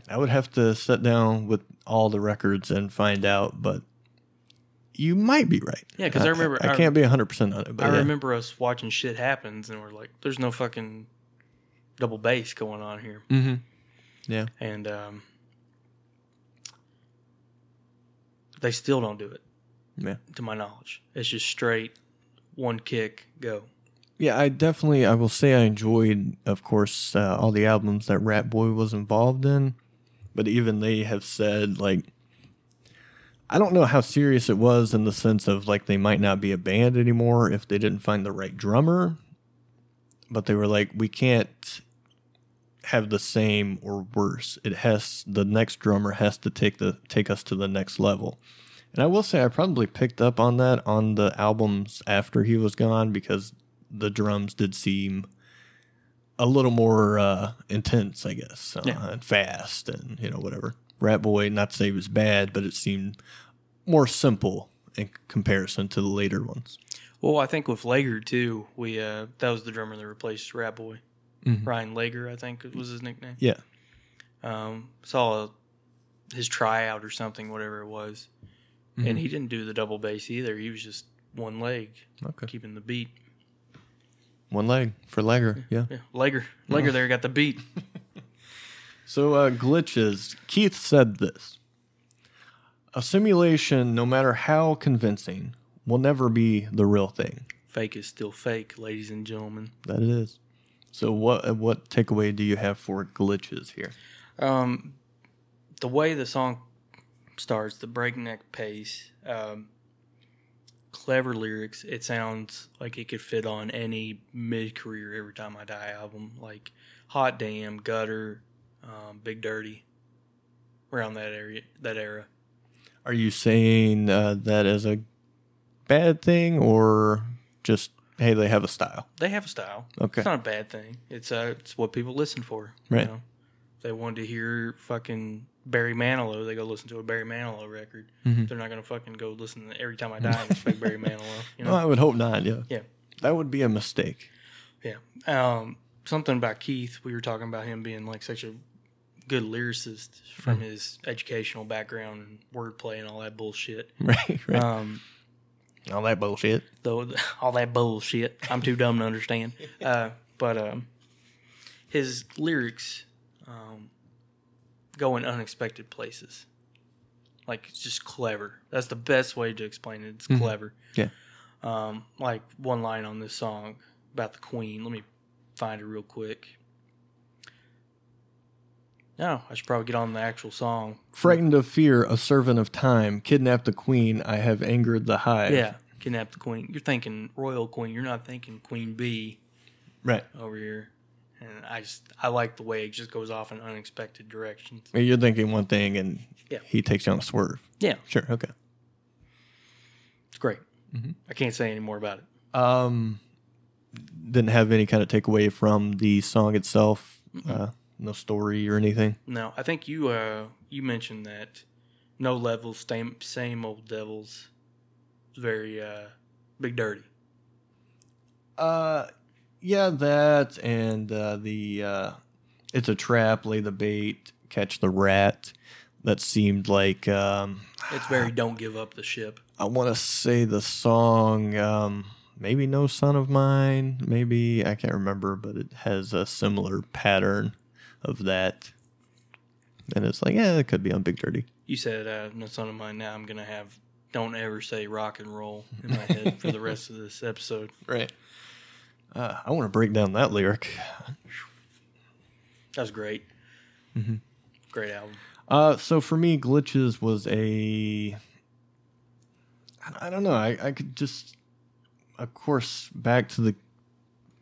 Speaker 2: I would have to sit down with all the records and find out, but you might be right.
Speaker 1: Yeah, 'cause I remember-
Speaker 2: I,
Speaker 1: I-
Speaker 2: can't be hundred percent on it, but
Speaker 1: I
Speaker 2: yeah.
Speaker 1: remember us watching shit happens, and we're like, "There's no fucking double bass going on here."
Speaker 2: Mhm. Yeah.
Speaker 1: and um, they still don't do it,
Speaker 2: Yeah.
Speaker 1: to my knowledge. It's just straight one kick go.
Speaker 2: Yeah, I definitely I will say I enjoyed, of course, uh, all the albums that Rat Boy was involved in, but even they have said like I don't know how serious it was in the sense of like they might not be a band anymore if they didn't find the right drummer, but they were like we can't have the same or worse. It has the next drummer has to take the take us to the next level. And I will say I probably picked up on that on the albums after he was gone because the drums did seem a little more uh, intense, I guess, uh,
Speaker 1: Yeah.
Speaker 2: and fast, and you know whatever. Rat Boy, not to say it was bad, but it seemed more simple in comparison to the later ones.
Speaker 1: Well, I think with Lager too, we uh, that was the drummer that replaced Rat Boy,
Speaker 2: Mhm.
Speaker 1: Ryan Lager, I think was his nickname.
Speaker 2: Yeah,
Speaker 1: um, saw his tryout or something, whatever it was,
Speaker 2: Mm-hmm.
Speaker 1: and he didn't do the double bass either. He was just one leg,
Speaker 2: Okay.
Speaker 1: keeping the beat.
Speaker 2: one leg for Lager. Yeah.
Speaker 1: Yeah, legger, legger, there got the beat.
Speaker 2: So, uh, glitches. Keith said this A simulation, no matter how convincing, will never be the real thing.
Speaker 1: fake is still fake, ladies and gentlemen.
Speaker 2: That it is. So, what uh, what takeaway do you have for glitches here?
Speaker 1: Um, the way the song starts, the breakneck pace, um, clever lyrics. It sounds like it could fit on any mid-career "Every Time I Die" album, like "Hot Damn," "Gutter," um, "Big Dirty," around that area, that era.
Speaker 2: Are you saying uh, that as a bad thing or just, hey, they have a style?
Speaker 1: They have a style.
Speaker 2: Okay.
Speaker 1: It's not a bad thing. It's uh, it's what people listen for.
Speaker 2: Right.
Speaker 1: If they wanted to hear fucking Barry Manilow, they go listen to a Barry Manilow record.
Speaker 2: Mhm.
Speaker 1: They're not gonna fucking go listen to every time I die and expect Barry Manilow. You
Speaker 2: No,
Speaker 1: know.
Speaker 2: I would hope not. Yeah.
Speaker 1: Yeah.
Speaker 2: That would be a mistake.
Speaker 1: Um, something about Keith. We were talking about him being like such a good lyricist from
Speaker 2: Hmm.
Speaker 1: his educational background and wordplay and all that bullshit.
Speaker 2: Right. Right.
Speaker 1: Um,
Speaker 2: All that bullshit.
Speaker 1: though all that bullshit. I'm too dumb to understand. Uh, but um, his lyrics um, go in unexpected places. Like it's just clever. That's the best way to explain it. It's clever.
Speaker 2: Yeah.
Speaker 1: Um, like one line on this song about the queen. Let me find it real quick. No, I should probably get on the actual song.
Speaker 2: Frightened of fear, a servant of time, kidnapped the queen, I have angered the hive.
Speaker 1: Yeah, kidnap the queen. You're thinking royal queen. You're not thinking queen bee.
Speaker 2: Right.
Speaker 1: over here, and I just I like the way it just goes off in unexpected directions.
Speaker 2: Well, You're thinking one thing and
Speaker 1: Yeah.
Speaker 2: he takes you on a swerve.
Speaker 1: Yeah,
Speaker 2: Sure. Okay.
Speaker 1: it's great. I can't say any more about it.
Speaker 2: Um, didn't have any kind of takeaway from the song itself. Uh, no story or anything.
Speaker 1: No, I think you uh you mentioned that no levels, same same old devils, very uh big dirty.
Speaker 2: Uh, yeah, that and uh, the uh, it's a trap, lay the bait, catch the rat. That seemed like um,
Speaker 1: It's very don't give up the ship.
Speaker 2: I want to say the song, um, maybe No Son of Mine, maybe I can't remember, but it has a similar pattern of that. And it's like, yeah, it could be on Big Dirty.
Speaker 1: You said uh, no son of mine. Now I'm gonna have don't ever say rock and roll in my head for the rest of this episode.
Speaker 2: Right. Uh, I want to break down that lyric.
Speaker 1: That was great. Great album.
Speaker 2: Uh, so for me, glitches was a. I- I don't know. I, I could just, of course, back to the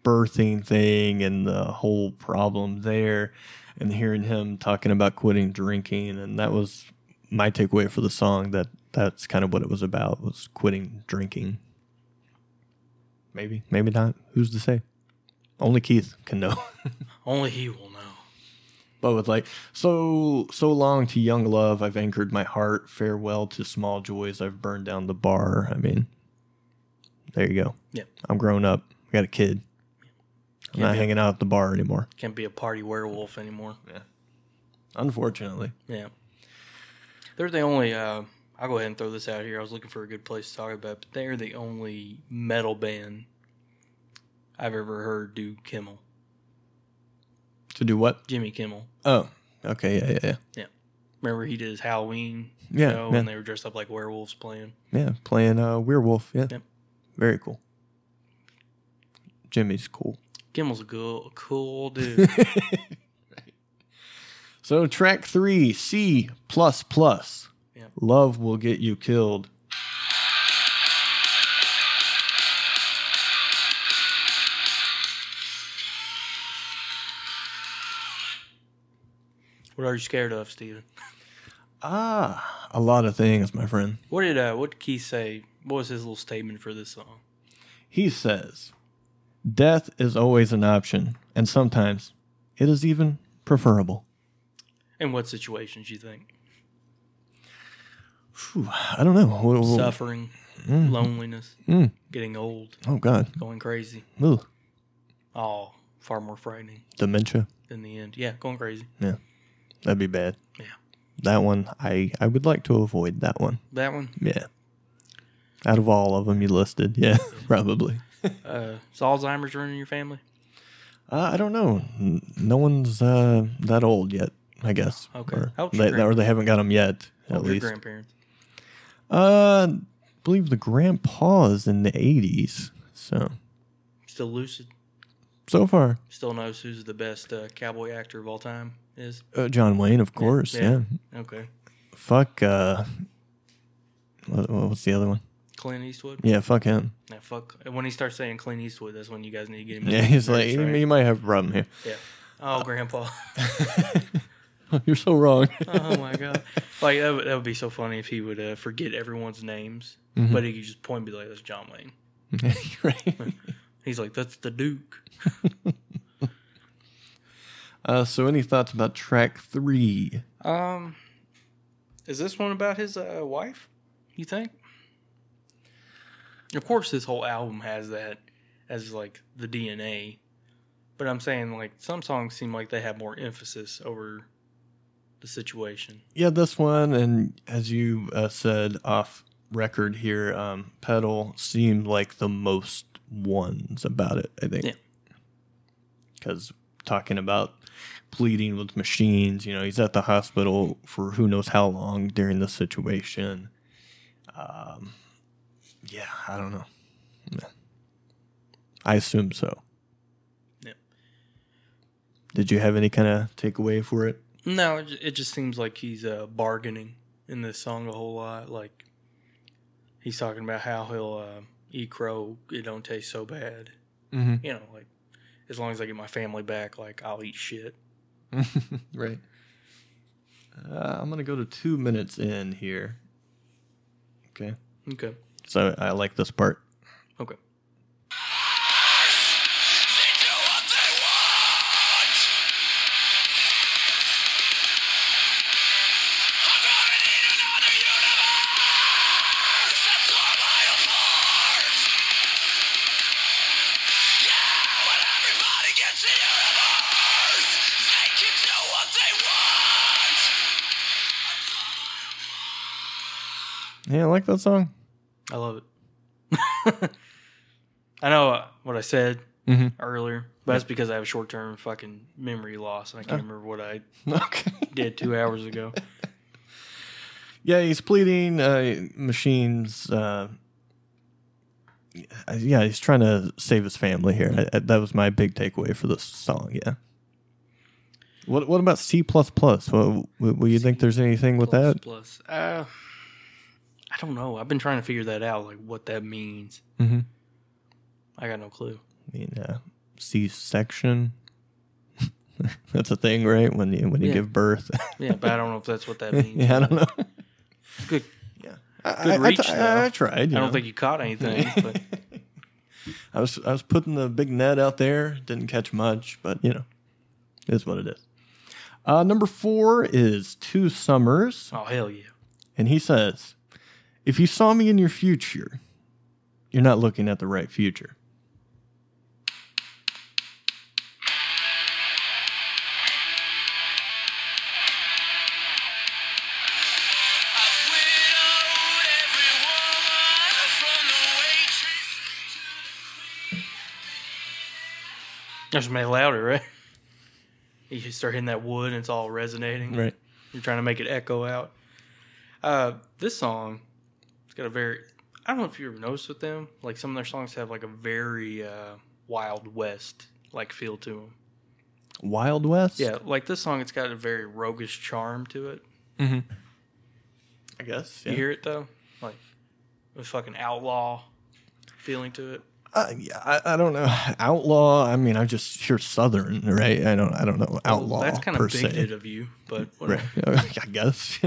Speaker 2: birthing thing and the whole problem there, and hearing him talking about quitting drinking, and that was my takeaway for the song. That that's kind of what it was about was quitting drinking. Maybe, maybe not. Who's to say? Only Keith can know.
Speaker 1: Only he will know.
Speaker 2: But with like so so long to young love, I've anchored my heart. Farewell to small joys, I've burned down the bar. I mean, there you go.
Speaker 1: Yeah.
Speaker 2: I'm grown up. I got a kid. I'm
Speaker 1: Can't
Speaker 2: not
Speaker 1: be-
Speaker 2: hanging out at the bar anymore.
Speaker 1: Can't be a party werewolf anymore.
Speaker 2: Unfortunately,
Speaker 1: Yeah. They're the only. Uh, I'll go ahead and throw this out here. I was looking for a good place to talk about, it, but they're the only metal band I've ever heard do Kimmel,
Speaker 2: to do what?
Speaker 1: Jimmy Kimmel.
Speaker 2: Oh, okay, yeah, yeah, yeah,
Speaker 1: Remember he did his Halloween
Speaker 2: yeah,
Speaker 1: show,
Speaker 2: yeah,
Speaker 1: and they were dressed up like werewolves playing.
Speaker 2: yeah. Playing uh, werewolf. Yeah,
Speaker 1: Yep.
Speaker 2: very cool. Jimmy's cool.
Speaker 1: Kimmel's a cool, cool dude.
Speaker 2: So track three, C plus plus.
Speaker 1: Yeah.
Speaker 2: Love will get you killed.
Speaker 1: what are you scared of, Steven?
Speaker 2: Ah, a lot of things, my friend.
Speaker 1: What did uh, what did Keith say? What was his little statement for this song?
Speaker 2: He says, Death is always an option, and sometimes it is even preferable.
Speaker 1: In what situations you think?
Speaker 2: Phew, I don't know. What- what-
Speaker 1: Suffering,
Speaker 2: Mm.
Speaker 1: loneliness,
Speaker 2: Mm.
Speaker 1: getting old,
Speaker 2: Oh, God.
Speaker 1: going crazy.
Speaker 2: Ugh.
Speaker 1: Oh, far more frightening
Speaker 2: Dementia.
Speaker 1: than the end. Yeah, going crazy.
Speaker 2: That'd be bad.
Speaker 1: Yeah.
Speaker 2: That one, I, I would like to avoid that one.
Speaker 1: That one.
Speaker 2: Yeah. Out of all of them you listed, yeah, probably.
Speaker 1: Uh, is Alzheimer's running your family?
Speaker 2: Uh, I don't know. N- No one's uh, that old yet, I guess.
Speaker 1: Okay.
Speaker 2: Or
Speaker 1: How old's your
Speaker 2: they, or they haven't got them yet,
Speaker 1: Or
Speaker 2: at
Speaker 1: your
Speaker 2: least.
Speaker 1: grandparents.
Speaker 2: Uh, believe the grandpa is in the 80s. So,
Speaker 1: Still lucid.
Speaker 2: so far,
Speaker 1: Still knows who's the best uh, cowboy actor of all time is.
Speaker 2: uh, John Wayne, of course. Yeah.
Speaker 1: yeah. Okay.
Speaker 2: Fuck, uh, what, what- what's the other one?
Speaker 1: Clint Eastwood.
Speaker 2: Yeah, fuck him.
Speaker 1: Nah, fuck. When he starts saying Clint Eastwood, that's when you guys need to get him.
Speaker 2: Yeah, he's like,
Speaker 1: That's
Speaker 2: you,
Speaker 1: right.
Speaker 2: you might have a problem here.
Speaker 1: Yeah. Oh, grandpa.
Speaker 2: You're so wrong.
Speaker 1: oh my god. Like that would, that would be so funny if he would uh, forget everyone's names,
Speaker 2: Mhm.
Speaker 1: but he could just point and be like, "That's John Wayne."
Speaker 2: right.
Speaker 1: He's like, "That's the Duke."
Speaker 2: Uh, so, any thoughts about track three?
Speaker 1: Um, is this one about his uh, wife? You think? Of course, this whole album has that as like the DNA, but I'm saying like some songs seem like they have more emphasis over the situation.
Speaker 2: Yeah, this one, and as you uh, said off record here, um, pedal seemed like the most ones about it. I
Speaker 1: Yeah.
Speaker 2: think because talking about pleading with machines, you know, he's at the hospital for who knows how long during the situation. Um, yeah, I don't know. Yeah. I assume so.
Speaker 1: Yep.
Speaker 2: Did you have any kind of takeaway for it?
Speaker 1: No, it, ju- it just seems like he's uh, bargaining in this song a whole lot. Like he's talking about how he'll uh, eat crow; it don't taste so bad.
Speaker 2: Mm-hmm.
Speaker 1: You know, like as long as I get my family back, like I'll eat shit.
Speaker 2: right. Uh, I'm gonna go to two minutes in here. Okay.
Speaker 1: Okay.
Speaker 2: So I like this part.
Speaker 1: Okay.
Speaker 2: Yeah, I like that song.
Speaker 1: I love it. I know uh, what I said
Speaker 2: Mhm.
Speaker 1: earlier, but that's because I have short term fucking Uh. memory loss and I can't remember what I
Speaker 2: Okay.
Speaker 1: did two hours ago.
Speaker 2: Yeah, he's pleading. Uh, machines. Uh, yeah, he's trying to save his family here. I, I- that was my big takeaway for this song. Yeah. What What about C plus plus? What Will you think there's anything with
Speaker 1: Plus,
Speaker 2: that?
Speaker 1: Plus, uh, I don't know. I've been trying to figure that out, like what that means.
Speaker 2: Mm-hmm.
Speaker 1: I got no clue.
Speaker 2: I mean, uh, C section. That's a thing, right? When you when you
Speaker 1: Yeah.
Speaker 2: give birth.
Speaker 1: Yeah, but I don't know if that's what that means.
Speaker 2: yeah, I don't know.
Speaker 1: It's Good.
Speaker 2: I,
Speaker 1: Good
Speaker 2: I- I
Speaker 1: reach,
Speaker 2: t-
Speaker 1: though.
Speaker 2: I, tried. you
Speaker 1: I don't
Speaker 2: know.
Speaker 1: think you caught anything, but
Speaker 2: I was I was putting the big net out there. Didn't catch much, but you know, it is what it is. Uh, number four is two summers,
Speaker 1: oh hell yeah.
Speaker 2: and he says, "If you saw me in your future, you're not looking at the right future."
Speaker 1: I should make it louder, right? You just start hitting that wood and it's all resonating.
Speaker 2: Right.
Speaker 1: You're trying to make it echo out. Uh, this song, it's got a very. I don't know if you ever noticed with them, like some of their songs have like a very uh, Wild West like feel to them.
Speaker 2: Wild West.
Speaker 1: Yeah, like this song, it's got a very roguish charm to it.
Speaker 2: I guess.
Speaker 1: You hear it though, like a fucking outlaw feeling to it.
Speaker 2: Uh, yeah, I, I don't know. Outlaw. I mean, I just hear Southern, right? I don't. I don't know. Outlaw.
Speaker 1: That's kind
Speaker 2: per
Speaker 1: of bigoted
Speaker 2: se.
Speaker 1: of you, but
Speaker 2: Right.
Speaker 1: whatever.
Speaker 2: I guess.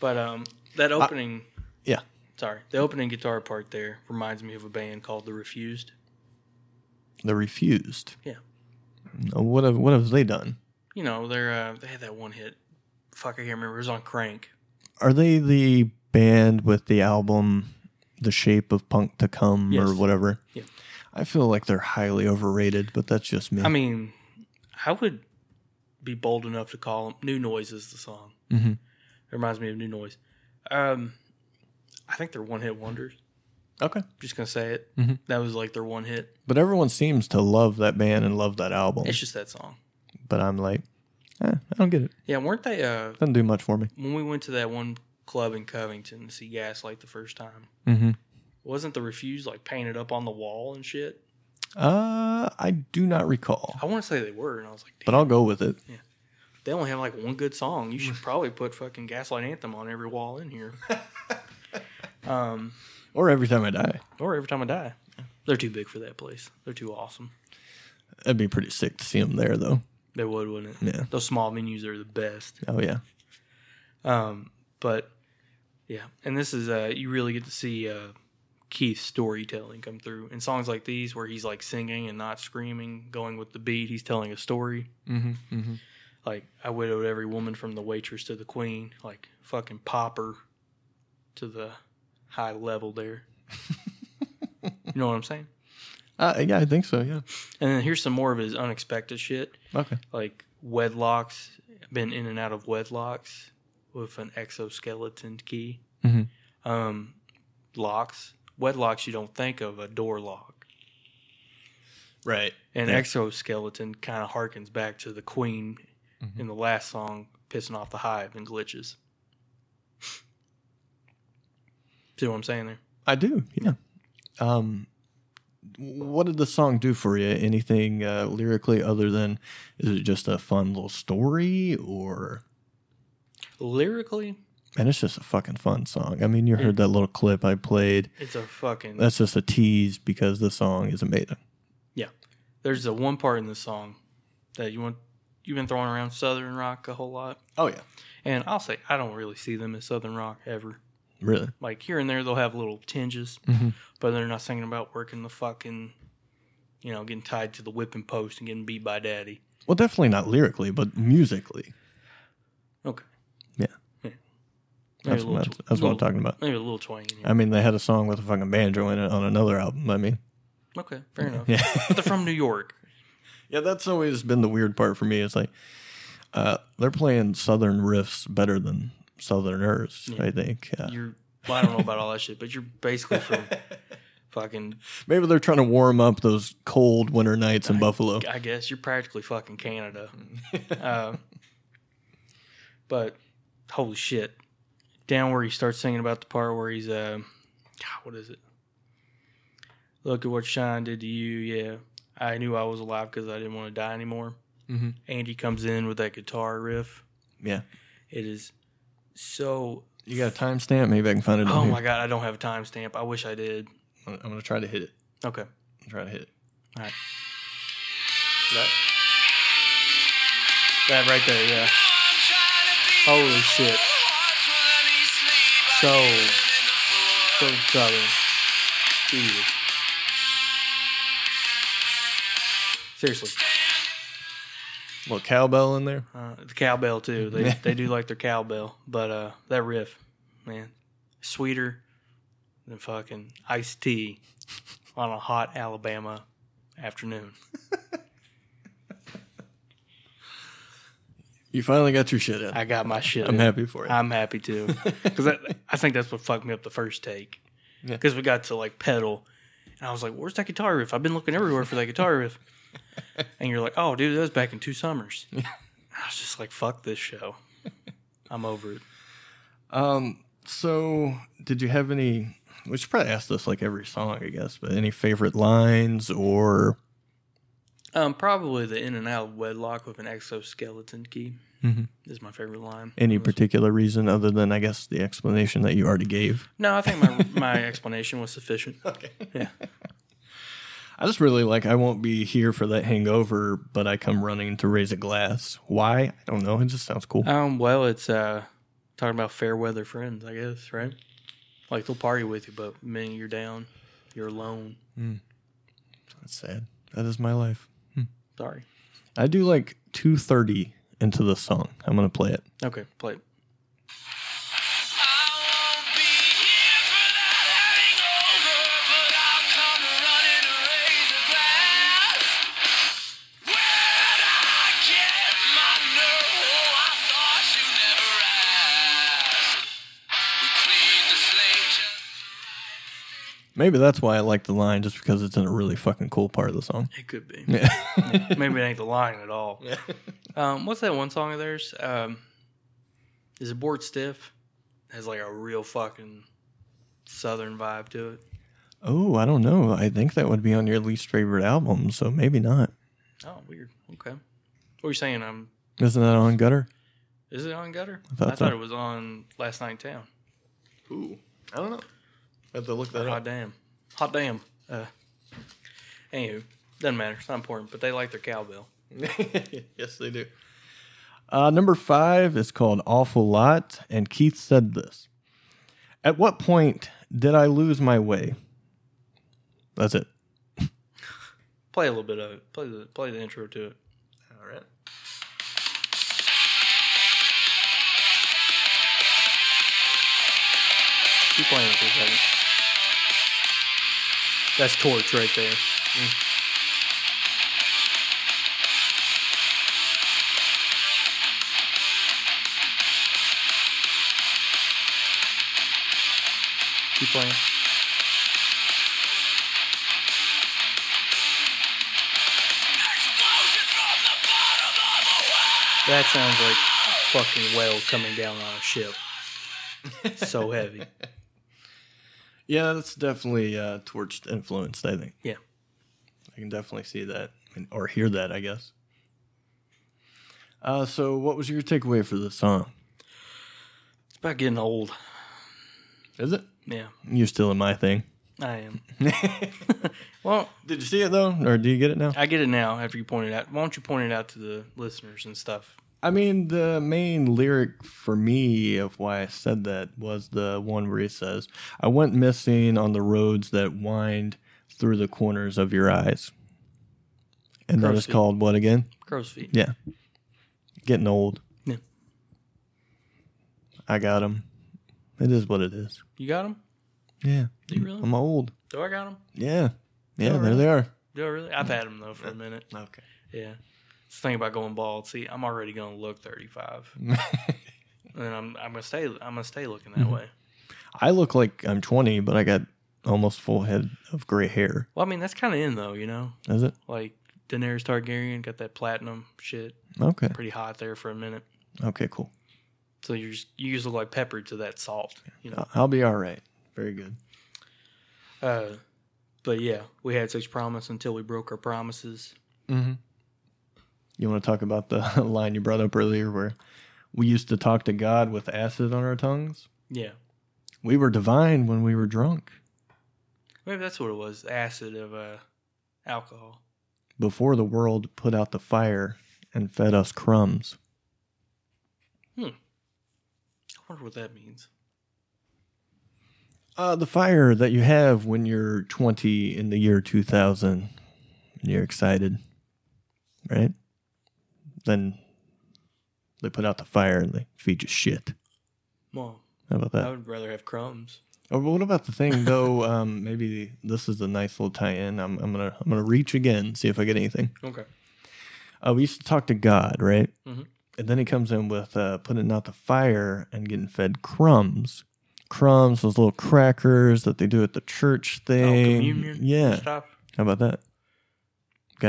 Speaker 1: But um, that opening.
Speaker 2: yeah.
Speaker 1: Sorry, the opening guitar part there reminds me of a band called The Refused.
Speaker 2: the Refused. Uh,
Speaker 1: Yeah.
Speaker 2: What have What have they done?
Speaker 1: You know, they're uh, they had that one hit. Fuck, I can't remember. It was on Crank.
Speaker 2: Are they the band with the album The Shape of Punk to Come or
Speaker 1: Yes.
Speaker 2: whatever?
Speaker 1: Yeah.
Speaker 2: I feel like they're highly overrated, but that's just me.
Speaker 1: I mean, I would be bold enough to call them New Noise is the song.
Speaker 2: Mhm.
Speaker 1: It reminds me of New Noise. Um, I think they're one hit wonders.
Speaker 2: okay.
Speaker 1: Just gonna say it.
Speaker 2: Mhm.
Speaker 1: That was like their one hit.
Speaker 2: But everyone seems to love that band and love that album.
Speaker 1: It's just that song.
Speaker 2: but I'm like, eh, I don't get it.
Speaker 1: Yeah, weren't they? Uh,
Speaker 2: Doesn't do much for me.
Speaker 1: when we went to that one club in Covington to see Gaslight the first time,
Speaker 2: Mm-hmm.
Speaker 1: wasn't the Refused like painted up on the wall and shit?
Speaker 2: Uh, I do not recall,
Speaker 1: I want to say they were, and I was like,
Speaker 2: but I'll go with it.
Speaker 1: they only have like one good song. You should probably put fucking Gaslight Anthem on every wall in here. um,
Speaker 2: Or every time I die,
Speaker 1: or every time I die. They're too big for that place. They're too awesome.
Speaker 2: that'd be pretty sick to see them there, though.
Speaker 1: They would, wouldn't it?
Speaker 2: Yeah.
Speaker 1: Those small venues are the best.
Speaker 2: Oh yeah.
Speaker 1: Um, but yeah, and this is uh, you really get to see uh, Keith's storytelling come through in songs like these, where he's like singing and not screaming, going with the beat. He's telling a story.
Speaker 2: Mm-hmm. Mm-hmm.
Speaker 1: Like I widowed every woman from the waitress to the queen, like fucking popper to the high level there. you know what I'm saying?
Speaker 2: Uh, yeah, I think so. Yeah.
Speaker 1: And then here's some more of his unexpected shit.
Speaker 2: Okay.
Speaker 1: like wedlocks, been in and out of wedlocks with an exoskeleton key.
Speaker 2: Mhm.
Speaker 1: Um, locks, wedlocks you don't think of a door lock.
Speaker 2: Right.
Speaker 1: And
Speaker 2: Yeah.
Speaker 1: exoskeleton kind of harkens back to the queen
Speaker 2: Mm-hmm.
Speaker 1: in the last song, pissing off the hive and glitches. See what I'm saying there?
Speaker 2: I do, yeah. Um, what did the song do for you? Anything uh, lyrically other than is it just a fun little story or?
Speaker 1: Lyrically,
Speaker 2: And it's just a fucking fun song. I mean, you heard that little clip I played.
Speaker 1: it's a fucking.
Speaker 2: That's just a tease because the song is amazing.
Speaker 1: There's the one part in the song that you want. You've been throwing around Southern rock a whole lot.
Speaker 2: Oh yeah,
Speaker 1: And I'll say I don't really see them as Southern rock ever.
Speaker 2: really?
Speaker 1: Like here and there, they'll have little tinges,
Speaker 2: Mhm.
Speaker 1: but they're not singing about working the fucking, you know, getting tied to the whipping post and getting beat by daddy.
Speaker 2: Well, definitely not lyrically, but musically.
Speaker 1: Okay.
Speaker 2: Yeah.
Speaker 1: Yeah. Maybe
Speaker 2: That's,
Speaker 1: a little
Speaker 2: that's,
Speaker 1: tw-
Speaker 2: that's what I'm
Speaker 1: little-
Speaker 2: talking about.
Speaker 1: Maybe a little twang in here.
Speaker 2: I mean, they had a song with a fucking banjo in it on another album. I mean,
Speaker 1: okay, fair enough.
Speaker 2: yeah.
Speaker 1: But they're from New York.
Speaker 2: Yeah, that's always been the weird part for me. It's like uh, they're playing Southern riffs better than Southerners,
Speaker 1: Yeah.
Speaker 2: I think. Yeah.
Speaker 1: You're, well, I don't know about all that shit, but you're basically from fucking,
Speaker 2: Maybe they're trying to warm up those cold winter nights in Buffalo.
Speaker 1: I guess, you're practically fucking Canada. uh, but holy shit. down where he starts singing about the part where he's uh, God, what is it? Look at what Shine did to you. Yeah, I knew I was alive because I didn't want to die anymore.
Speaker 2: Mm-hmm.
Speaker 1: Andy comes in with that guitar riff.
Speaker 2: Yeah.
Speaker 1: It is so.
Speaker 2: You got a timestamp? Maybe I can find it.
Speaker 1: Oh my god, I don't have a timestamp. I wish I did.
Speaker 2: god! I'm gonna try to hit it.
Speaker 1: Okay.
Speaker 2: I'm trying to hit it.
Speaker 1: That, that right there, yeah. Holy shit. So, so southern. Jesus. Seriously,
Speaker 2: Little cowbell in there.
Speaker 1: uh, the cowbell too. They they do like their cowbell, but uh, that riff, man, sweeter than fucking iced tea on a hot Alabama afternoon.
Speaker 2: You finally got your shit in.
Speaker 1: I got my shit.
Speaker 2: I'm
Speaker 1: in.
Speaker 2: happy for you.
Speaker 1: I'm happy too, because I, I think that's what fucked me up the first take.
Speaker 2: Yeah.
Speaker 1: Because we got to like pedal, and I was like, "Where's that guitar riff? I've been looking everywhere for that guitar riff." And you're like, "Oh, dude, that was back in two summers." I was just like, "Fuck this show, I'm over it."
Speaker 2: Um. So, did you have any? We should probably ask this like every song, I guess. But any favorite lines or?
Speaker 1: Um, probably the in and out of wedlock with an exoskeleton key
Speaker 2: Mhm.
Speaker 1: is my favorite line.
Speaker 2: Any particular reason other than I guess the explanation that you already gave?
Speaker 1: No, I think my my explanation was sufficient.
Speaker 2: Okay.
Speaker 1: Yeah.
Speaker 2: I just really like I won't be here for that hangover, but I come running to raise a glass. Why? I don't know. It just sounds cool.
Speaker 1: Um, well, it's uh, talking about fair weather friends, I guess, right? Like they'll party with you, but man, you're down, you're alone.
Speaker 2: That's sad. That is my life.
Speaker 1: Sorry.
Speaker 2: I do like two thirty into the song. I'm gonna play it.
Speaker 1: Okay, play. it.
Speaker 4: oh,
Speaker 2: Maybe that's why I like the line, just because it's in a really fucking cool part of the song.
Speaker 1: It could be.
Speaker 2: Yeah.
Speaker 1: Maybe it ain't the line at all. Um, what's that one song of theirs? Um, is it Bored Stiff? Has like a real fucking southern vibe to it.
Speaker 2: Oh, I don't know. I think that would be on your least favorite album, so maybe not.
Speaker 1: Oh, weird. Okay. What were you saying? Um,
Speaker 2: Isn't that on Gutter?
Speaker 1: is it on Gutter? I
Speaker 2: thought
Speaker 1: thought,
Speaker 2: so.
Speaker 1: it was on Last Night in Town.
Speaker 2: Ooh, I don't know. have to look that
Speaker 1: Hot damn. Hot damn. Uh, anywho, doesn't matter. It's not important, but they like their cowbell.
Speaker 2: yes, they do. Uh, number five is called Awful Lot, and Keith said this At what point did I lose my way? That's it.
Speaker 1: Play a little bit of it. Play the play the intro to it.
Speaker 2: All right.
Speaker 1: Keep playing it for a second. That's torch right there. Mm. Keep playing. That sounds like a fucking whale coming down on a ship. so heavy.
Speaker 2: Yeah, that's definitely uh, torched influenced, I think.
Speaker 1: Yeah.
Speaker 2: I can definitely see that and- or hear that, I guess. Uh, so, what was your takeaway for this song?
Speaker 1: It's about getting old.
Speaker 2: Is it?
Speaker 1: Yeah,
Speaker 2: You're still in my thing.
Speaker 1: I am. well,
Speaker 2: Did you see it though, or do you get it now?
Speaker 1: I get it now after you point it out. Why don't you point it out to the listeners and stuff?
Speaker 2: I mean, the main lyric for me of why I said that was the one where he says, "I went missing on the roads that wind through the corners of your eyes," and that is
Speaker 1: Proceed.
Speaker 2: called what again?
Speaker 1: Crow's feet.
Speaker 2: Yeah, getting old.
Speaker 1: Yeah.
Speaker 2: I got him. It is what it is.
Speaker 1: You got them?
Speaker 2: Yeah,
Speaker 1: Do you really?
Speaker 2: I'm old.
Speaker 1: Do I got them?
Speaker 2: Yeah, yeah.
Speaker 1: All
Speaker 2: There
Speaker 1: right.
Speaker 2: they are.
Speaker 1: Do I really? I've had them though for a minute.
Speaker 2: Okay.
Speaker 1: Yeah. It's the thing about going bald. See, I'm already gonna look 35, and then I'm I'm gonna stay I'm gonna stay looking that way.
Speaker 2: I look like I'm 20, but I got almost full head of gray hair.
Speaker 1: Well, I mean that's kind of in though, you know,
Speaker 2: Is it?
Speaker 1: like Daenerys Targaryen got that platinum shit,
Speaker 2: Okay.
Speaker 1: pretty hot there for a minute.
Speaker 2: Okay, cool.
Speaker 1: So you're just, you just look like pepper to that salt, you know.
Speaker 2: I- I'll be all right. Very good.
Speaker 1: Uh, but yeah, we had six promises until we broke our promises.
Speaker 2: Mm-hmm. You want to talk about the line you brought up earlier where we used to talk to God with acid on our tongues?
Speaker 1: Yeah,
Speaker 2: We were divine when we were drunk.
Speaker 1: maybe that's what it was. Acid of uh, alcohol.
Speaker 2: Before the world put out the fire and fed us crumbs.
Speaker 1: I wonder what that means.
Speaker 2: Uh, the fire that you have when you're 20 in the year 2000 and you're excited, right? Then they put out the fire and they feed you shit.
Speaker 1: Mom,
Speaker 2: How about that?
Speaker 1: I would rather have crumbs.
Speaker 2: Oh, but what about the thing though? Um, maybe this is a nice little tie-in. I'm, I'm gonna I'm gonna reach again, see if I get anything.
Speaker 1: Okay.
Speaker 2: Uh, we used to talk to God, right?
Speaker 1: Mhm.
Speaker 2: And then he comes in with uh, putting out the fire and getting fed crumbs. Crumbs, those little crackers that they do at the church
Speaker 1: Oh,
Speaker 2: thing.
Speaker 1: communion.
Speaker 2: Um, Yeah.
Speaker 1: Stuff.
Speaker 2: How about that? Got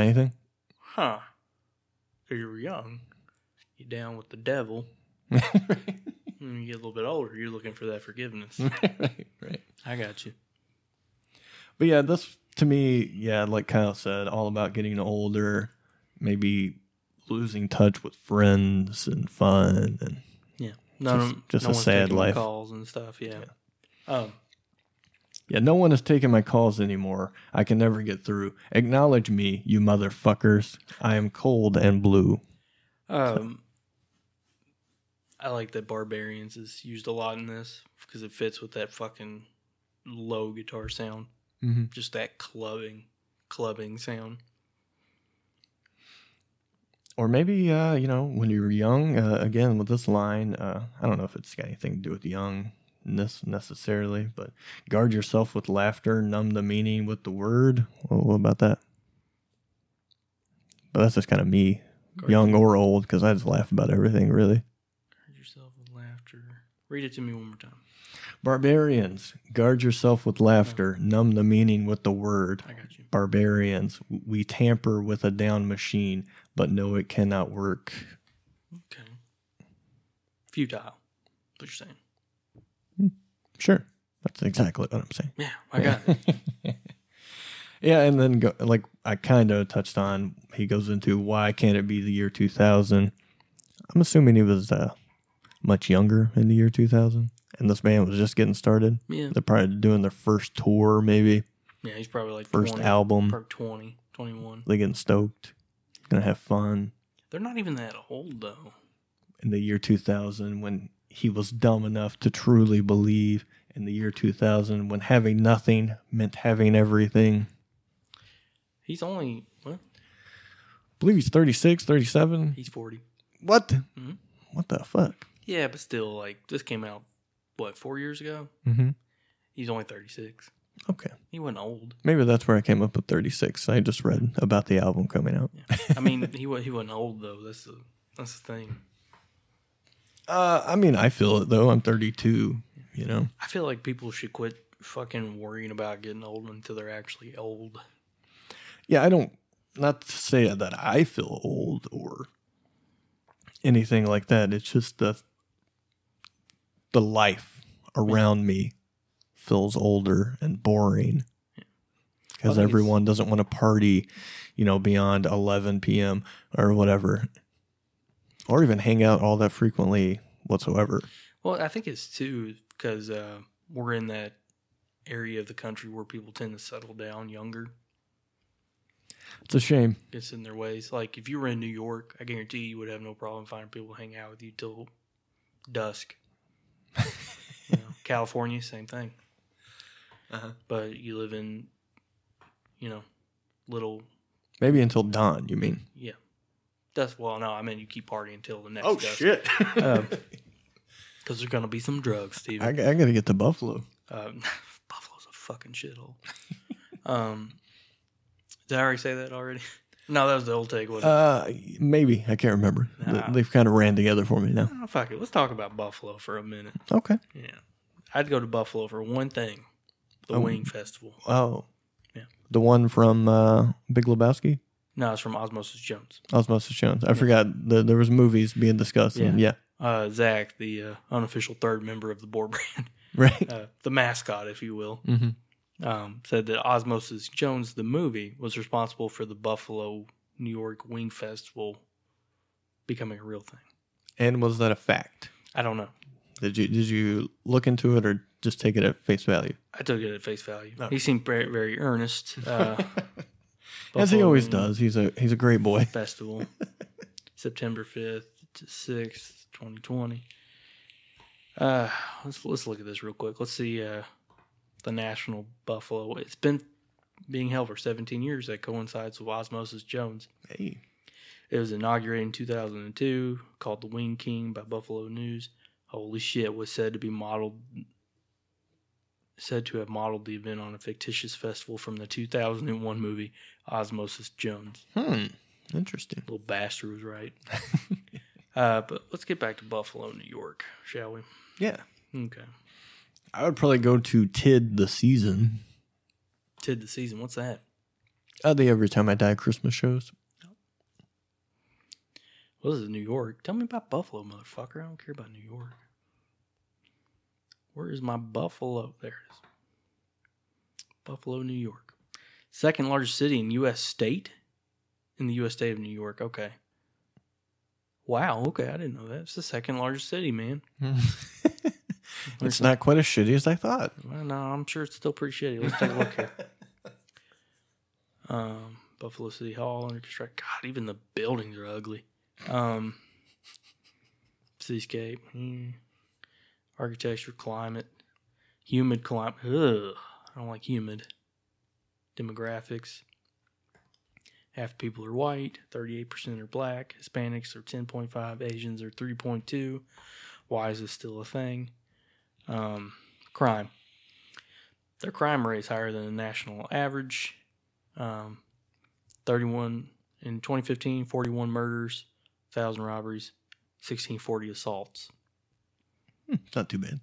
Speaker 2: anything?
Speaker 1: Huh. So you were young. You down with the devil. When you get a little bit older, you're looking for that forgiveness.
Speaker 2: Mm. right, right.
Speaker 1: I got you.
Speaker 2: But yeah, that's to me, yeah, like Kyle said, all about getting older, maybe losing touch with friends and fun and
Speaker 1: No,
Speaker 2: Just-
Speaker 1: no-
Speaker 2: just
Speaker 1: no
Speaker 2: a
Speaker 1: one's
Speaker 2: sad
Speaker 1: taking
Speaker 2: life.
Speaker 1: Calls and stuff. Yeah. Um.
Speaker 2: Yeah, no one is taking my calls anymore. I can never get through. Acknowledge me, you motherfuckers. I am cold and blue.
Speaker 1: Um. I like that barbarians is used a lot in this because it fits with that fucking low guitar sound,
Speaker 2: Mm-hmm.
Speaker 1: just that clubbing, clubbing sound.
Speaker 2: Or maybe, uh, you know, when you were young, uh, again, with this line, uh, I don't know if it's got anything to do with youngness necessarily, but guard yourself with laughter, numb the meaning with the word. Well, what about that? But that's just kind of me,
Speaker 1: Guard-
Speaker 2: young or old, because I just laugh about everything, really.
Speaker 1: Guard yourself with laughter. Read it to me one more time.
Speaker 2: Barbarians, guard yourself with laughter, numb the meaning with the word.
Speaker 1: I got you.
Speaker 2: barbarians. We tamper with a down machine, but no, it cannot work.
Speaker 1: Okay. Futile. What you're saying?
Speaker 2: Sure, that's exactly what I'm saying.
Speaker 1: Yeah, I got it.
Speaker 2: Yeah, and then go, like I kind of touched on, he goes into why can't it be the year 2000? I'm assuming he was uh, much younger in the year 2000, and this band was just getting started.
Speaker 1: Yeah.
Speaker 2: They're probably doing their first tour, maybe
Speaker 1: Yeah, he's probably like
Speaker 2: first
Speaker 1: 20,
Speaker 2: album.
Speaker 1: Probably 20, 21.
Speaker 2: They getting stoked, gonna have fun.
Speaker 1: They're not even that old though.
Speaker 2: in the year 2000 when he was dumb enough to truly believe in the year 2000 when having nothing meant having everything.
Speaker 1: He's only what?
Speaker 2: I believe he's 36, 37.
Speaker 1: He's 40.
Speaker 2: What?
Speaker 1: Mhm.
Speaker 2: What the fuck?
Speaker 1: Yeah, but still like this came out what, 4 years ago?
Speaker 2: Mm-hmm.
Speaker 1: He's only 36.
Speaker 2: Okay.
Speaker 1: He wasn't old.
Speaker 2: Maybe that's where I came up with 36. I just read about the album coming out.
Speaker 1: I mean, he was he wasn't old though. That's the that's the thing.
Speaker 2: Uh, I mean, I feel it though. I'm 32, you know?
Speaker 1: I feel like people should quit fucking worrying about getting old until they're actually old.
Speaker 2: Yeah, I don't. Not to say that I feel old or anything like that. It's just the the life around me feels older and boring
Speaker 1: I
Speaker 2: because
Speaker 1: think it's-
Speaker 2: everyone doesn't want to party, you know, beyond 11 p.m. or whatever, or even hang out all that frequently whatsoever.
Speaker 1: Well, I think it's too because uh, we're in that area of the country where people tend to settle down younger,
Speaker 2: It's a shame.
Speaker 1: gets in their ways. Like if you were in New York, I guarantee you would have no problem finding people to hang out with you till dusk. you know, California, same thing.
Speaker 2: Uh-huh.
Speaker 1: But you live in, you know, little
Speaker 2: Maybe until dawn. You mean?
Speaker 1: yeah. That's well, no, I mean you keep partying till the next.
Speaker 2: Oh,
Speaker 1: dusk.
Speaker 2: Uh,
Speaker 1: Because there's gonna be some drugs,
Speaker 2: I, I
Speaker 1: Steven.
Speaker 2: gotta get to Buffalo.
Speaker 1: Um, Buffalo's a fucking shithole. um, did I already say that already? No, that was the old take. Wasn't it?
Speaker 2: Uh, maybe I can't remember.
Speaker 1: Nah.
Speaker 2: They- They've kind of ran together for me now.
Speaker 1: Oh, fuck it. Let's talk about Buffalo for a minute.
Speaker 2: Okay.
Speaker 1: Yeah, I'd go to Buffalo for one thing: the
Speaker 2: Oh.
Speaker 1: Wing Festival.
Speaker 2: Oh.
Speaker 1: Yeah.
Speaker 2: The one from uh, Big Lebowski,
Speaker 1: No, it's from Osmosis Jones.
Speaker 2: Osmosis Jones. I forgot the, there was movies being discussed. and- Yeah.
Speaker 1: uh, Zach, the uh, unofficial third member of the board brand,
Speaker 2: Right.
Speaker 1: uh, the mascot, if you will,
Speaker 2: Mm-hmm.
Speaker 1: um, said that Osmosis Jones, the movie, was responsible for the Buffalo, New York Wing Festival becoming a real thing.
Speaker 2: And was that a fact?
Speaker 1: I don't know.
Speaker 2: Did you did you look into it or just take it at face value?
Speaker 1: I took it at face value.
Speaker 2: No.
Speaker 1: He seemed very, very earnest. Uh,
Speaker 2: As he always
Speaker 1: Buffalo
Speaker 2: does. He's a he's a great boy.
Speaker 1: Festival, September fifth to sixth, twenty twenty. Uh, let's let's look at this real quick. Let's see uh, the National Buffalo. It's been being held for seventeen years. That coincides with Osmosis Jones.
Speaker 2: Hey.
Speaker 1: It was inaugurated in 2002, called the Wing King by Buffalo News. Holy shit, was said to be modeled, said to have modeled the event on a fictitious festival from the 2001 movie Osmosis Jones.
Speaker 2: Hmm. Interesting.
Speaker 1: Little bastard was right. uh, but let's get back to Buffalo, New York, shall we?
Speaker 2: Yeah.
Speaker 1: Okay.
Speaker 2: I would probably go to Tid the season.
Speaker 1: Tid the season. What's that?
Speaker 2: Are they every time I die Christmas shows?
Speaker 1: Well, this is New York. Tell me about Buffalo, motherfucker. I don't care about New York. Where is my Buffalo? There it is. Buffalo, New York. Second largest city in U.S. state? In the U.S. state of New York. Okay. Wow. Okay. I didn't know that. It's the second largest city, man.
Speaker 2: Mm-hmm. it's not quite as shitty as I thought.
Speaker 1: Well, no, I'm sure it's still pretty shitty. Let's take a look here. Um, Buffalo City Hall under construction. God, even the buildings are ugly. Um, seascape, mm. architecture, climate, humid climate. Ugh, I don't like humid. Demographics. Half the people are white, 38% are black, Hispanics are 10.5, Asians are 3.2. Why is this still a thing? Um, crime. Their crime rate is higher than the national average. Um, 31 in 2015, 41 murders, 1,000 robberies, 1640 assaults.
Speaker 2: It's not too bad.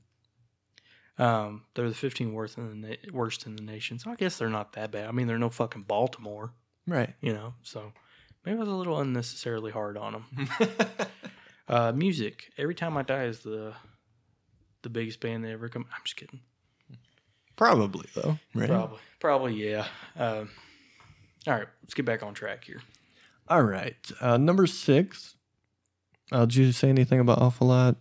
Speaker 1: Um, they're the 15 worst in the na- worst in the nation. So I guess they're not that bad. I mean, they're no fucking Baltimore,
Speaker 2: Right.
Speaker 1: you know. So maybe I was a little unnecessarily hard on them. uh, music. Every time I die is the the biggest band that ever come. I'm just kidding.
Speaker 2: Probably though. Right.
Speaker 1: Probably, probably, yeah. Um, all right, let's get back on track here.
Speaker 2: All right. Uh, number six. Uh, did you say anything about awful lot?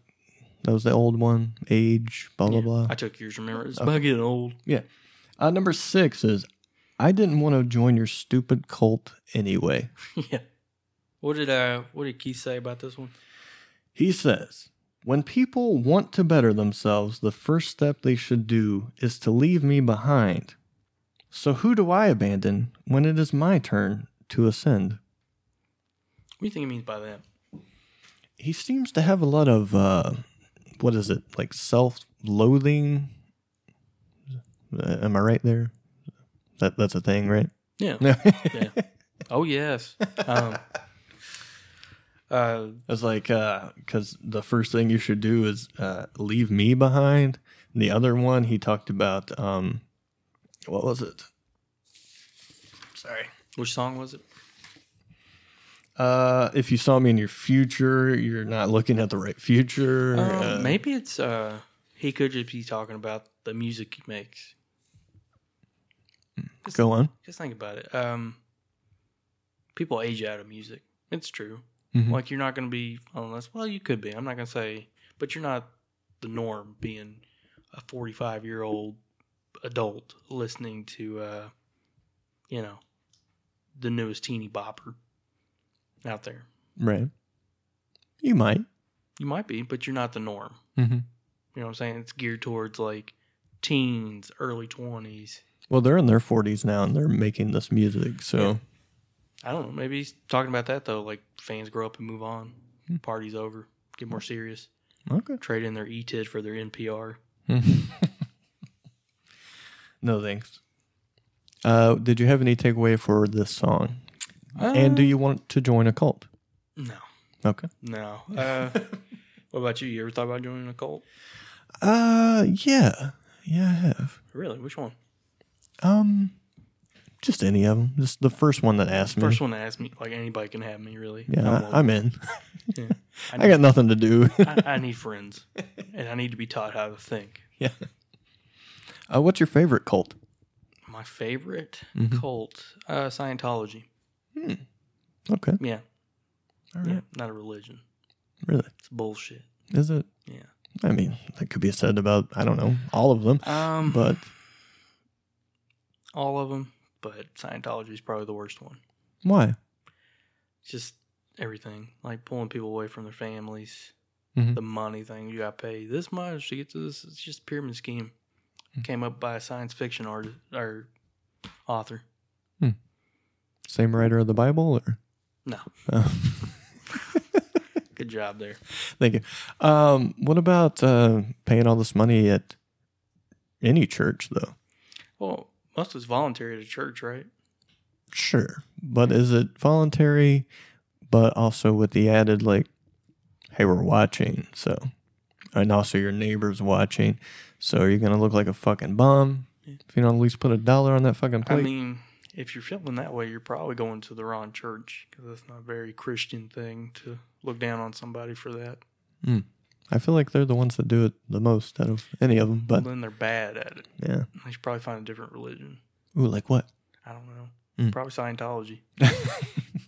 Speaker 2: That was the old one. Age. Blah blah
Speaker 1: Yeah,
Speaker 2: blah.
Speaker 1: I took yours. Remember, it's about getting old.
Speaker 2: Uh, number six is I didn't want to join your stupid cult anyway.
Speaker 1: yeah. What did uh what did Keith say about this one?
Speaker 2: He says, When people want to better themselves, the first step they should do is to leave me behind. So who do I abandon when it is my turn to ascend?
Speaker 1: What do you think he means by that?
Speaker 2: He seems to have a lot of, uh, what is it, like self loathing? Am I right there? That, that's a thing, right?
Speaker 1: Yeah. yeah. Oh yes. Um, uh,
Speaker 2: It's like because the first thing you should do is uh, leave me behind. And the other one he talked about. Um, what was it? Sorry.
Speaker 1: which song was it?
Speaker 2: Uh, if you saw me in your future, you're not looking at the right future.
Speaker 1: Um,
Speaker 2: uh,
Speaker 1: maybe it's uh he could just be talking about the music he makes. Just,
Speaker 2: Go on.
Speaker 1: just think about it. Um, people age out of music. It's true.
Speaker 2: Mhm.
Speaker 1: Like you're not going to be unless well you could be. I'm not going to say, but you're not the norm being a 45 year old adult listening to uh, you know the newest teeny bopper out there.
Speaker 2: Right. You might.
Speaker 1: You might be, but you're not the norm.
Speaker 2: Mm-hmm.
Speaker 1: You know what I'm saying? It's geared towards like teens, early 20s.
Speaker 2: Well, they're in their 40s now, and they're making this music. So
Speaker 1: I don't know. Maybe he's talking about that though. Like fans grow up and move on.
Speaker 2: Hmm.
Speaker 1: Party's over. Get more serious.
Speaker 2: okay.
Speaker 1: Trade in their ETID for their NPR.
Speaker 2: No thanks. Uh, did you have any takeaway for this song? and do you want to join a cult?
Speaker 1: No.
Speaker 2: Uh, Okay.
Speaker 1: No. Uh, what about you? You ever thought about joining a cult?
Speaker 2: Uh, yeah, yeah, I have.
Speaker 1: Really? Which one?
Speaker 2: Um, just any of them. Just the first one that asked me.
Speaker 1: First one to ask me. Like anybody can have me, really.
Speaker 2: Yeah,
Speaker 1: I'm
Speaker 2: I, am in.
Speaker 1: open. I,
Speaker 2: I got nothing to do.
Speaker 1: I, I need friends, and I need to be taught how to think.
Speaker 2: yeah. Uh, what's your favorite cult?
Speaker 1: My favorite
Speaker 2: Mhm.
Speaker 1: cult, uh, Scientology.
Speaker 2: Okay.
Speaker 1: Yeah,
Speaker 2: All right.
Speaker 1: yeah, not a religion.
Speaker 2: Really?
Speaker 1: It's bullshit.
Speaker 2: Is it?
Speaker 1: Yeah.
Speaker 2: I mean, that could be said about I don't know all of them,
Speaker 1: Um,
Speaker 2: but
Speaker 1: all of them, but Scientology is probably the worst one.
Speaker 2: why?
Speaker 1: It's just everything, like pulling people away from their families,
Speaker 2: Mhm.
Speaker 1: the money thing. You got to pay this much to get to this. It's just a pyramid scheme.
Speaker 2: Mhm.
Speaker 1: Came up by a science fiction artist or author.
Speaker 2: Same writer of the Bible, or
Speaker 1: No,
Speaker 2: oh,
Speaker 1: good job there.
Speaker 2: thank you. Um, what about uh, paying all this money at any church, though?
Speaker 1: Well, most of it's voluntary at a church, right?
Speaker 2: Sure, but is it voluntary? But also with the added like, hey, we're watching, so, and also your neighbor's watching, so you're gonna look like a fucking bum if you don't at least put a dollar on that fucking plate.
Speaker 1: I mean, if you're feeling that way, you're probably going to the wrong church because that's not a very Christian thing to look down on somebody for that.
Speaker 2: I feel like they're the ones that do it the most out of any of them.
Speaker 1: Well,
Speaker 2: But
Speaker 1: then they're bad at it.
Speaker 2: yeah,
Speaker 1: They should probably find a different religion.
Speaker 2: ooh, like what?
Speaker 1: I don't know.
Speaker 2: Mm.
Speaker 1: Probably Scientology.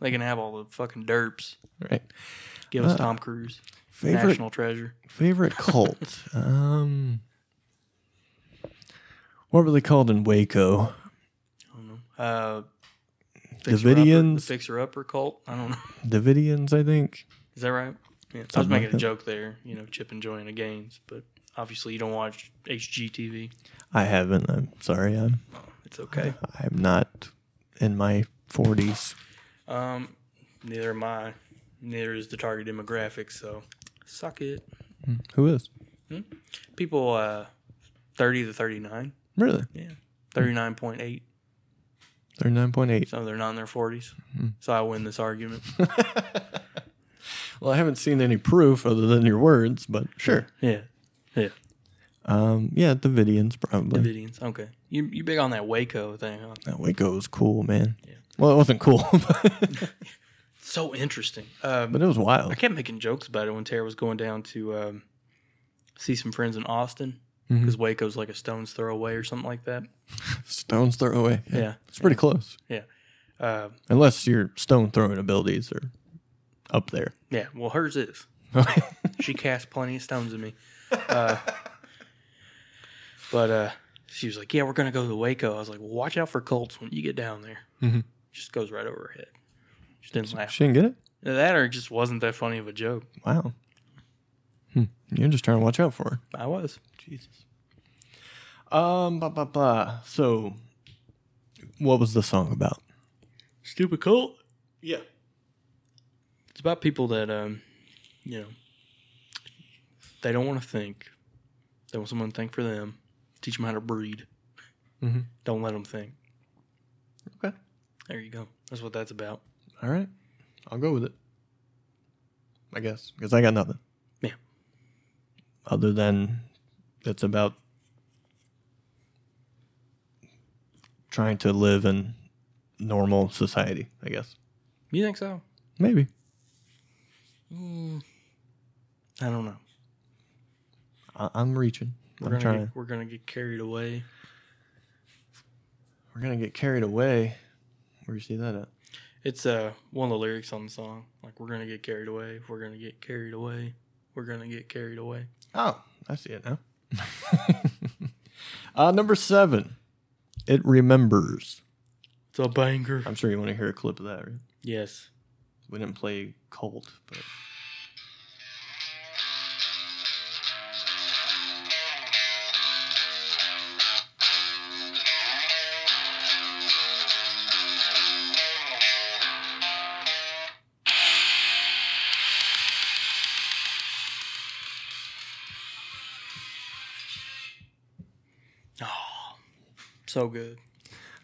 Speaker 1: They can have all the fucking derps.
Speaker 2: right.
Speaker 1: Give us
Speaker 2: Uh,
Speaker 1: Tom Cruise,
Speaker 2: Favorite
Speaker 1: national treasure.
Speaker 2: favorite cult. um, what were they called in Waco?
Speaker 1: I don't know. Uh,
Speaker 2: Davidians?
Speaker 1: fixer upper cult. I don't know.
Speaker 2: Davidians, I think.
Speaker 1: Is that right? Yeah. I was
Speaker 2: Something like
Speaker 1: making
Speaker 2: that.
Speaker 1: a joke there. You know, Chip and Joanna Gaines, but obviously you don't watch HGTV.
Speaker 2: I haven't. I'm sorry. I'm
Speaker 1: It's okay.
Speaker 2: I'm not in my 40s.
Speaker 1: Um, neither am I. Neither is the target demographic. So, suck it.
Speaker 2: Who is
Speaker 1: People, uh, thirty to thirty-nine.
Speaker 2: really
Speaker 1: Yeah, thirty-nine point eight.
Speaker 2: 39.8?
Speaker 1: So they're not in their forties.
Speaker 2: Hmm.
Speaker 1: So I win this argument.
Speaker 2: Well, I haven't seen any proof other than your words, but sure.
Speaker 1: Yeah, yeah.
Speaker 2: Um, yeah, Davidians probably.
Speaker 1: Davidians. Okay, you you big on that Waco thing? Huh?
Speaker 2: That Waco was cool, man.
Speaker 1: Yeah.
Speaker 2: Well, it wasn't cool, but,
Speaker 1: So interesting. Um,
Speaker 2: but it was
Speaker 1: I
Speaker 2: wild.
Speaker 1: kept making jokes about it when Tara was going down to um, see some friends in Austin
Speaker 2: Mhm.
Speaker 1: because Waco's like a stone's throw away or something like that.
Speaker 2: Stones throw away.
Speaker 1: Yeah.
Speaker 2: It's pretty close.
Speaker 1: Uh,
Speaker 2: Unless your stone throwing abilities are up there.
Speaker 1: yeah. Well, hers is. she cast plenty of stones at me. Uh, but uh, she was like, "Yeah, we're gonna go to Waco." I was like, well, "Watch out for cults when you get down there."
Speaker 2: Mhm.
Speaker 1: Just goes right over her head. She didn't laugh.
Speaker 2: she didn't get it?
Speaker 1: Either That or it just wasn't that funny of a joke.
Speaker 2: Wow. Hmm. You're just trying to watch out for her.
Speaker 1: I was.
Speaker 2: Jesus. Um, blah, blah, blah. So, what was the song about?
Speaker 1: Stupid cult. Yeah. It's about people that um, you know, they don't want to think. They want someone to think for them. Teach them how to breed.
Speaker 2: Mhm.
Speaker 1: Don't let them think.
Speaker 2: Okay.
Speaker 1: There you go. That's what that's about.
Speaker 2: All right. I'll go with it. I guess. Because I got nothing.
Speaker 1: Yeah.
Speaker 2: Other than it's about trying to live in normal society, I guess.
Speaker 1: You think so?
Speaker 2: Maybe.
Speaker 1: I don't know.
Speaker 2: I- I'm reaching.
Speaker 1: We're
Speaker 2: I'm
Speaker 1: gonna
Speaker 2: trying.
Speaker 1: get, we're gonna get carried away.
Speaker 2: We're gonna get carried away. Where you see that at?
Speaker 1: It's uh one of the lyrics on the song. Like we're gonna get carried away. We're gonna get carried away. We're gonna get carried away.
Speaker 2: Oh, I see it now. uh, number seven. It remembers.
Speaker 1: It's a banger.
Speaker 2: I'm sure you want to hear a clip of that. Right?
Speaker 1: Yes.
Speaker 2: We didn't play Colt, but
Speaker 1: So good.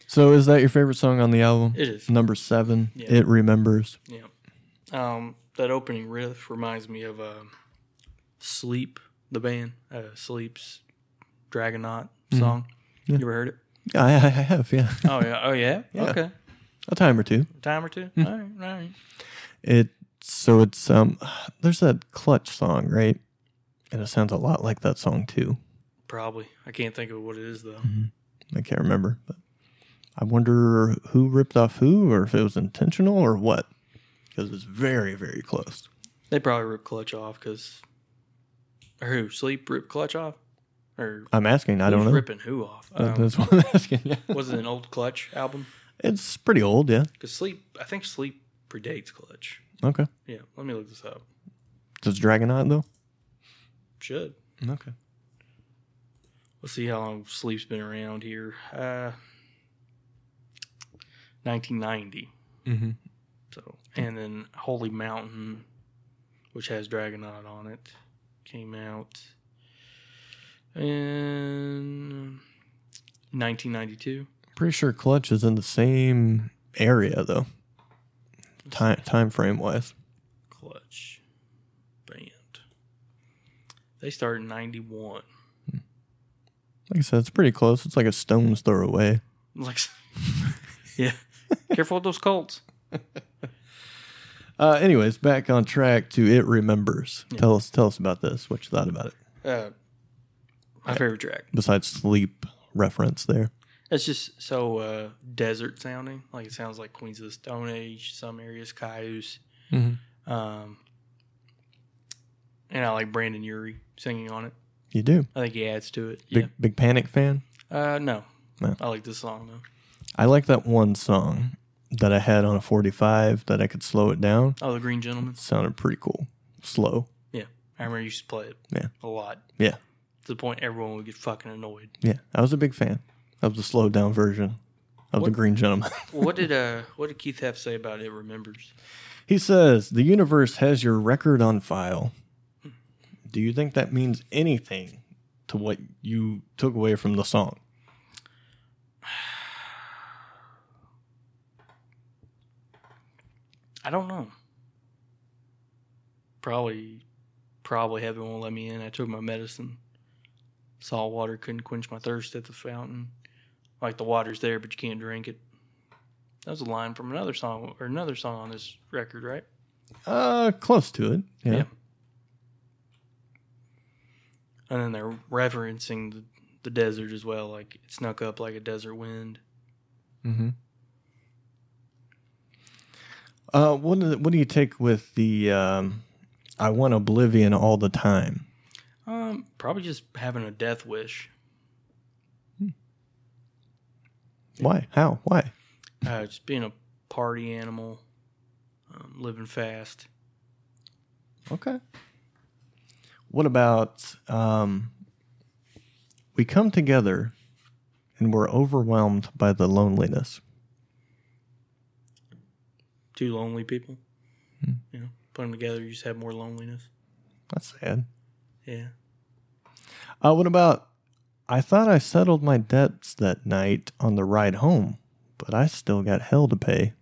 Speaker 2: so is that your favorite song on the album?
Speaker 1: It is.
Speaker 2: Number seven.
Speaker 1: Yeah.
Speaker 2: It remembers.
Speaker 1: Yeah. Um, that opening riff reminds me of um Sleep, the band. Uh, Sleep's Dragonaut song. You ever heard it?
Speaker 2: Yeah, I, I have. Yeah,
Speaker 1: Mm-hmm. Oh yeah. Oh yeah.
Speaker 2: Yeah.
Speaker 1: Okay. Mm-hmm.
Speaker 2: a time or two.
Speaker 1: Time or two. All right. All right.
Speaker 2: It So it's um there's that clutch song, right? And it sounds a lot like that song too.
Speaker 1: Probably. I can't think of what it is though.
Speaker 2: I can't remember, but I wonder who ripped off who or if it was intentional or what. Because it's very, very close.
Speaker 1: They probably rip clutch off because, or who sleep rip clutch off, or
Speaker 2: I'm asking, I don't
Speaker 1: who's
Speaker 2: know.
Speaker 1: ripping who off. I
Speaker 2: That-
Speaker 1: don't know.
Speaker 2: That's what I'm asking. Yeah.
Speaker 1: was it an old clutch album?
Speaker 2: It's pretty old, yeah.
Speaker 1: Because sleep, I think sleep predates clutch.
Speaker 2: Okay.
Speaker 1: Yeah, let me look this up.
Speaker 2: Does Dragonite though?
Speaker 1: Should
Speaker 2: Okay.
Speaker 1: let's see how long sleep's been around here. Uh, 1990.
Speaker 2: Mm-hmm.
Speaker 1: So and then Holy Mountain, which has Dragonaut on it, came out in 1992.
Speaker 2: Pretty sure Clutch is in the same area though, time time frame wise.
Speaker 1: Clutch band. They started in 91.
Speaker 2: Like I said, it's pretty close. It's like a stone's throw away.
Speaker 1: Like, yeah. Careful with those Colts.
Speaker 2: Uh, anyways, back on track to it remembers.
Speaker 1: Yeah.
Speaker 2: Tell us, tell us about this. What you thought about it?
Speaker 1: Uh, my favorite track.
Speaker 2: Besides sleep reference there.
Speaker 1: It's just so uh, desert sounding. Like it sounds like Queens of the Stone Age, some areas, Cayuse.
Speaker 2: Mm-hmm.
Speaker 1: Um, and I like Brandon Urie singing on it.
Speaker 2: You do
Speaker 1: I think he adds to it.
Speaker 2: big big Panic fan.
Speaker 1: yeah. Uh, no.
Speaker 2: No.
Speaker 1: I like this song though.
Speaker 2: I like that one song that I had on a forty five that I could slow it down.
Speaker 1: Oh, the Green Gentleman.
Speaker 2: sounded pretty cool. Slow.
Speaker 1: I remember you used to play it.
Speaker 2: Yeah.
Speaker 1: A lot.
Speaker 2: Yeah.
Speaker 1: To the point everyone would get fucking annoyed.
Speaker 2: Yeah, I was a big fan of the slowed down version of the
Speaker 1: What-
Speaker 2: Green Gentleman.
Speaker 1: what did uh What did Keith Heff say about it? Remembers.
Speaker 2: He says, The universe has your record on file. Do you think that means anything to what you took away from the song?
Speaker 1: I don't know. Probably, probably heaven won't let me in. I took my medicine. Salt water couldn't quench my thirst at the fountain. Like the water's there, but you can't drink it. That was a line from another song or another song on this record, right?
Speaker 2: Uh, close to it. Yeah.
Speaker 1: Yeah. And then they're referencing the, the desert as well. Like it snuck up like a desert wind.
Speaker 2: Mm-hmm. Uh, what do, what do you take with the um, I want oblivion all the time?
Speaker 1: Um, probably just having a death wish.
Speaker 2: Why? How? Why?
Speaker 1: Uh, just being a party animal, um, living fast.
Speaker 2: Okay. What about um, we come together and we're overwhelmed by the loneliness?
Speaker 1: two lonely people.
Speaker 2: Hmm.
Speaker 1: You know, put them together, you just have more loneliness.
Speaker 2: That's sad.
Speaker 1: Yeah.
Speaker 2: Uh, what about I thought I settled my debts that night on the ride home, but I still got hell to pay.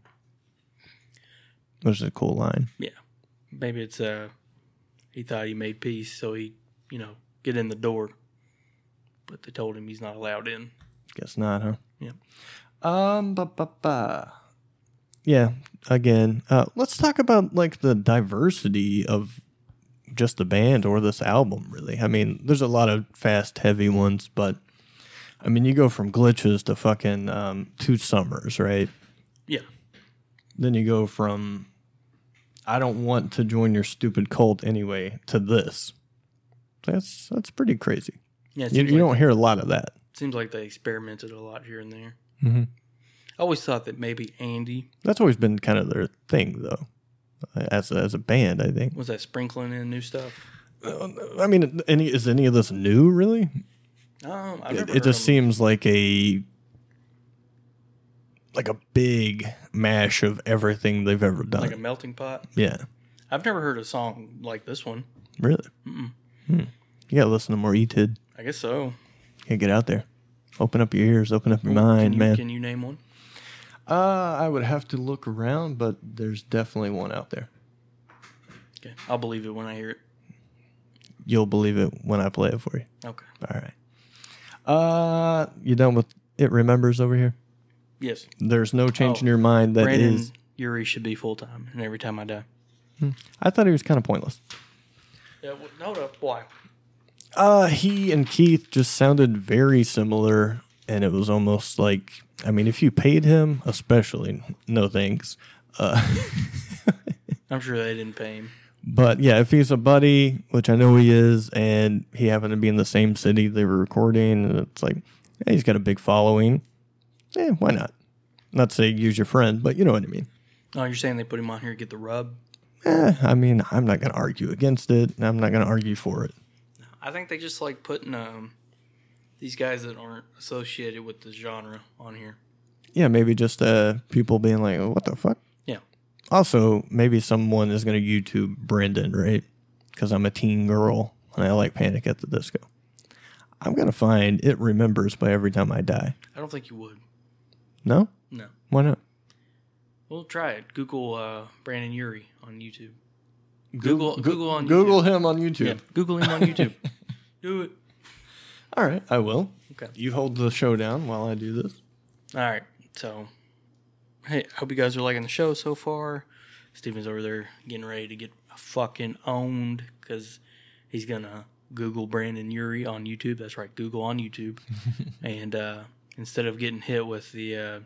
Speaker 2: Which is a cool line.
Speaker 1: Maybe it's uh, he thought he made peace, so he, you know, get in the door. But they told him he's not allowed in.
Speaker 2: Guess not, huh?
Speaker 1: Yep.
Speaker 2: Um, ba ba ba. Yeah. Again, uh, let's talk about like the diversity of just the band or this album. Really, I mean, there's a lot of fast, heavy ones, but I mean, you go from glitches to fucking um, two summers, right?
Speaker 1: Yeah.
Speaker 2: Then you go from I don't want to join your stupid cult anyway to this. That's that's pretty crazy.
Speaker 1: Yeah. It
Speaker 2: You,
Speaker 1: seems,
Speaker 2: you
Speaker 1: like,
Speaker 2: don't hear a lot of that.
Speaker 1: seems like they experimented a lot here and there.
Speaker 2: Mm-hmm.
Speaker 1: I always thought that maybe Andy
Speaker 2: That's always been kind of their thing, though, as a, as a band. I think.
Speaker 1: was that sprinkling in new stuff.
Speaker 2: I mean, any is any of this new? Really,
Speaker 1: Um, I
Speaker 2: it,
Speaker 1: never
Speaker 2: it
Speaker 1: heard
Speaker 2: just
Speaker 1: him-
Speaker 2: seems like a like a big mash of everything they've ever done.
Speaker 1: like a melting pot.
Speaker 2: yeah,
Speaker 1: I've never heard a song like this one.
Speaker 2: really.
Speaker 1: Mm-mm.
Speaker 2: Hmm. You gotta listen to more E Etid.
Speaker 1: I guess so.
Speaker 2: Can't get out there. Open up your ears. Open up your
Speaker 1: can
Speaker 2: mind,
Speaker 1: you,
Speaker 2: man.
Speaker 1: Can you name one?
Speaker 2: Uh, I would have to look around, but there's definitely one out there.
Speaker 1: Okay. I'll believe it when I hear it.
Speaker 2: You'll believe it when I play it for you.
Speaker 1: Okay.
Speaker 2: All right. Uh, you done with it? Remembers over here.
Speaker 1: Yes.
Speaker 2: There's no change
Speaker 1: Oh,
Speaker 2: in your mind that is
Speaker 1: Brandon Yuri should be full time, and every time I die,
Speaker 2: I thought he was kind of pointless.
Speaker 1: Yeah, hold up. Why?
Speaker 2: Uh, he and Keith just sounded very similar, and it was almost like I mean, if you paid him, especially, no thanks.
Speaker 1: I'm sure they didn't pay him.
Speaker 2: But yeah, if he's a buddy, which I know he is, and he happened to be in the same city they were recording, and it's like, hey, he's got a big following. Eh, why not? Not to say use your friend, but you know what I mean.
Speaker 1: Oh, you're saying they put him on here to get the rub?
Speaker 2: Eh, I mean, I'm not going to argue against it, and I'm not going to argue for it.
Speaker 1: I think they just like putting um these guys that aren't associated with the genre on here.
Speaker 2: Yeah, maybe just uh, people being like, oh, what the fuck?
Speaker 1: Yeah.
Speaker 2: Also, maybe someone is going to YouTube Brendan, right? Because I'm a teen girl and I like Panic at the Disco. I'm going to find It Remembers by Every Time I Die.
Speaker 1: I don't think you would.
Speaker 2: No?
Speaker 1: No.
Speaker 2: Why not?
Speaker 1: Well, try it. Google uh, Brandon Urie on YouTube. Google
Speaker 2: Goo-
Speaker 1: Google on
Speaker 2: Google
Speaker 1: YouTube.
Speaker 2: him on YouTube.
Speaker 1: Yeah, Google him on YouTube. Do it.
Speaker 2: All right, I will.
Speaker 1: Okay.
Speaker 2: You hold the show down while I do this.
Speaker 1: All right. So, hey, hope you guys are liking the show so far. Steven's over there getting ready to get fucking owned because he's going to Google Brandon Uri on YouTube. That's right, Google on YouTube. and uh, instead of getting hit with the uh,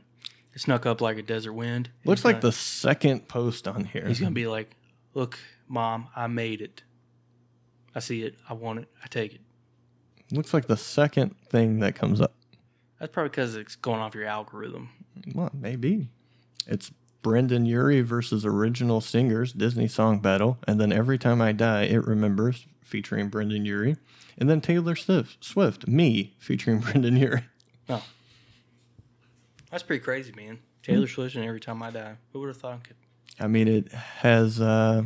Speaker 1: it snuck up like a desert wind,
Speaker 2: Looks
Speaker 1: he's
Speaker 2: like
Speaker 1: gonna-
Speaker 2: the second post on here.
Speaker 1: He's going to be like, look, mom, I made it. I see it. I want it. I take it.
Speaker 2: Looks like the second thing that comes up.
Speaker 1: That's probably because it's going off your algorithm.
Speaker 2: Well, maybe. It's Brendan Urie versus original singers Disney song battle, and then Every Time I Die, It Remembers featuring Brendan Urie, and then Taylor Swift, Swift Me featuring Brendan Urie.
Speaker 1: No. That's pretty crazy, man.
Speaker 2: Hmm.
Speaker 1: Taylor Swift and Every Time I Die. Who would have thought it?
Speaker 2: I mean, it has uh,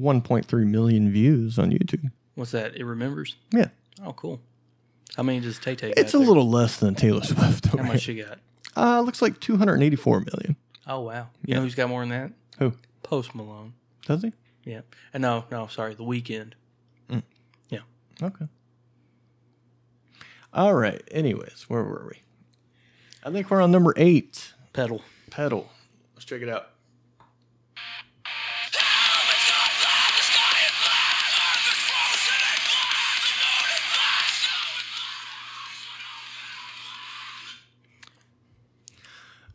Speaker 2: 1.3 million views on YouTube.
Speaker 1: What's that? It remembers?
Speaker 2: Yeah,
Speaker 1: Oh, cool. How many does Tay Tay got?
Speaker 2: it's a
Speaker 1: there?
Speaker 2: little less than Taylor Swift.
Speaker 1: How much she got?
Speaker 2: Uh, looks like 284 million.
Speaker 1: Oh, wow. You know who's got more than that?
Speaker 2: Who
Speaker 1: Post Malone.
Speaker 2: does he?
Speaker 1: Yeah. And no, no, sorry. The Weekend.
Speaker 2: Okay. All right. Anyways, where were we? I think we're on number eight.
Speaker 1: Pedal.
Speaker 2: Pedal. Let's check it out.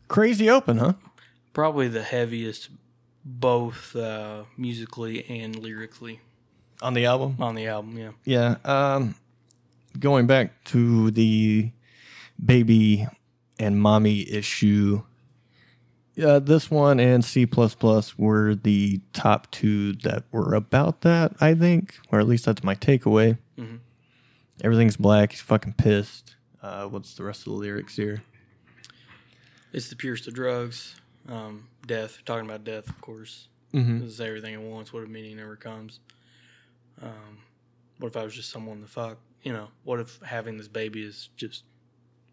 Speaker 2: Crazy open, huh?
Speaker 1: Probably the heaviest, both uh, musically and lyrically,
Speaker 2: On the album?
Speaker 1: on the album. Yeah.
Speaker 2: Yeah. Um, going back to the baby and mommy issue, uh, this one and C were the top two that were about that, I think, or at least that's my takeaway.
Speaker 1: Mhm.
Speaker 2: Everything's black. He's fucking pissed. Uh, what's the rest of the lyrics here?
Speaker 1: It's the purest of drugs. Um, death. Talking about death, of course.
Speaker 2: Mm-hmm.
Speaker 1: This is everything at once. What if meaning never comes? Um, what if I was just someone to fuck? You know, what if having this baby is just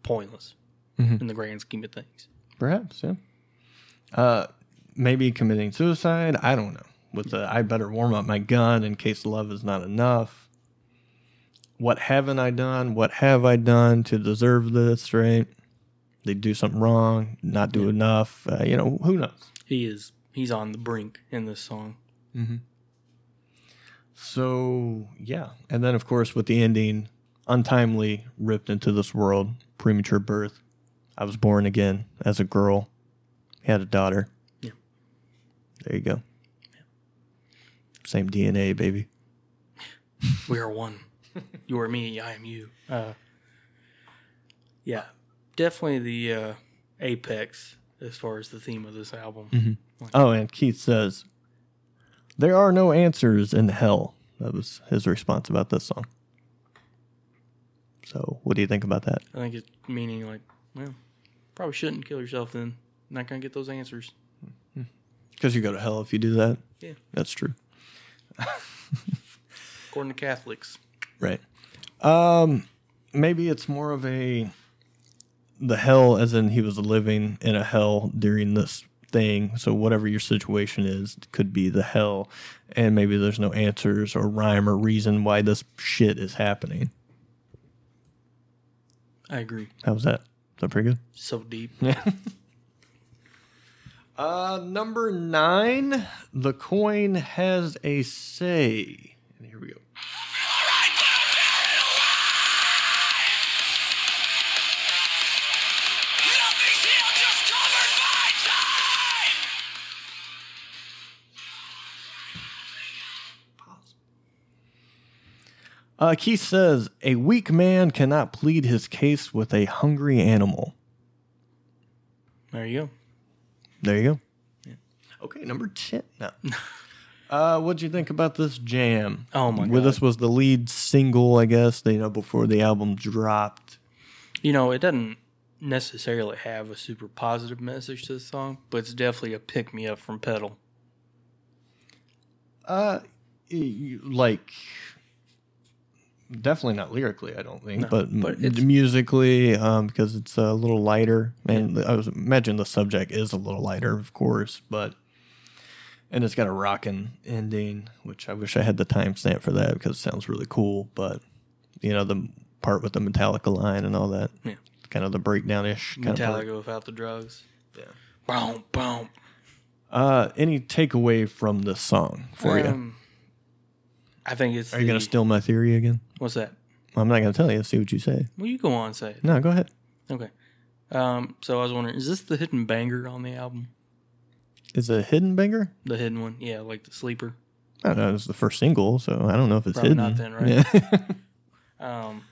Speaker 1: pointless
Speaker 2: Mhm.
Speaker 1: in the grand scheme of things?
Speaker 2: Perhaps, yeah. Uh, maybe committing suicide. I don't know. With the I better warm up my gun in case love is not enough. What haven't I done? What have I done to deserve this? Right? They do something wrong, not do enough. Uh, you know who knows.
Speaker 1: He is he's on the brink in this song.
Speaker 2: So yeah, and then of course with the ending, untimely ripped into this world, premature birth. I was born again as a girl. Had a daughter.
Speaker 1: Yeah.
Speaker 2: There you go. Same DNA, baby.
Speaker 1: We are one. you are me. I am you. Uh, yeah, definitely the uh, apex as far as the theme of this album.
Speaker 2: Oh, and Keith says, "There are no answers in hell." That was his response about this song. So, what do you think about that?
Speaker 1: I think it's meaning like, well, probably shouldn't kill yourself. Then not gonna get those answers.
Speaker 2: Because you go to hell if you do that.
Speaker 1: Yeah.
Speaker 2: that's true.
Speaker 1: According to Catholics,
Speaker 2: Right. Um, maybe it's more of a the hell, as in he was living in a hell during this thing. So whatever your situation is, could be the hell, and maybe there's no answers or rhyme or reason why this shit is happening.
Speaker 1: I agree.
Speaker 2: How's that? Is that pretty good?
Speaker 1: So deep.
Speaker 2: Uh, number nine, the coin has a say. And here we go.
Speaker 4: Nothing's here, just covered by time.
Speaker 2: Uh, Keith says, A weak man cannot plead his case with a hungry animal.
Speaker 1: There you go.
Speaker 2: There you go. Okay, number 10. No. uh, what'd you think about this jam?
Speaker 1: Oh my
Speaker 2: Well,
Speaker 1: God.
Speaker 2: this was the lead single, I guess, you know, before the album dropped.
Speaker 1: You know, it doesn't necessarily have a super positive message to the song, but it's definitely a pick me up from pedal.
Speaker 2: Uh, y- you- like, definitely not lyrically, I don't think,
Speaker 1: No,
Speaker 2: but, m-
Speaker 1: but it's-
Speaker 2: musically, um, because it's a little lighter, and I was imagine the subject is a little lighter, of course, but and it's got a rockin' ending, which I wish I had the timestamp for that because it sounds really cool, but you know the part with the Metallica line and all that,
Speaker 1: Yeah.
Speaker 2: kind of the breakdown ish kind of part.
Speaker 1: Metallica without the drugs. Yeah. Boom, boom.
Speaker 2: Uh, any takeaway from this song for you?
Speaker 1: Um, I think it's.
Speaker 2: Are you gonna
Speaker 1: the-
Speaker 2: steal my theory again?
Speaker 1: What's that?
Speaker 2: I'm not gonna tell you. See what you say.
Speaker 1: Well, you go on and say it.
Speaker 2: No, go ahead.
Speaker 1: Okay. Um, so I was wondering, is this the hidden banger on the album?
Speaker 2: Is it a hidden banger?
Speaker 1: The hidden one? Yeah, like the sleeper.
Speaker 2: I don't know. It's the first single, so I don't know if it's
Speaker 1: Probably
Speaker 2: hidden.
Speaker 1: not then, right? Um,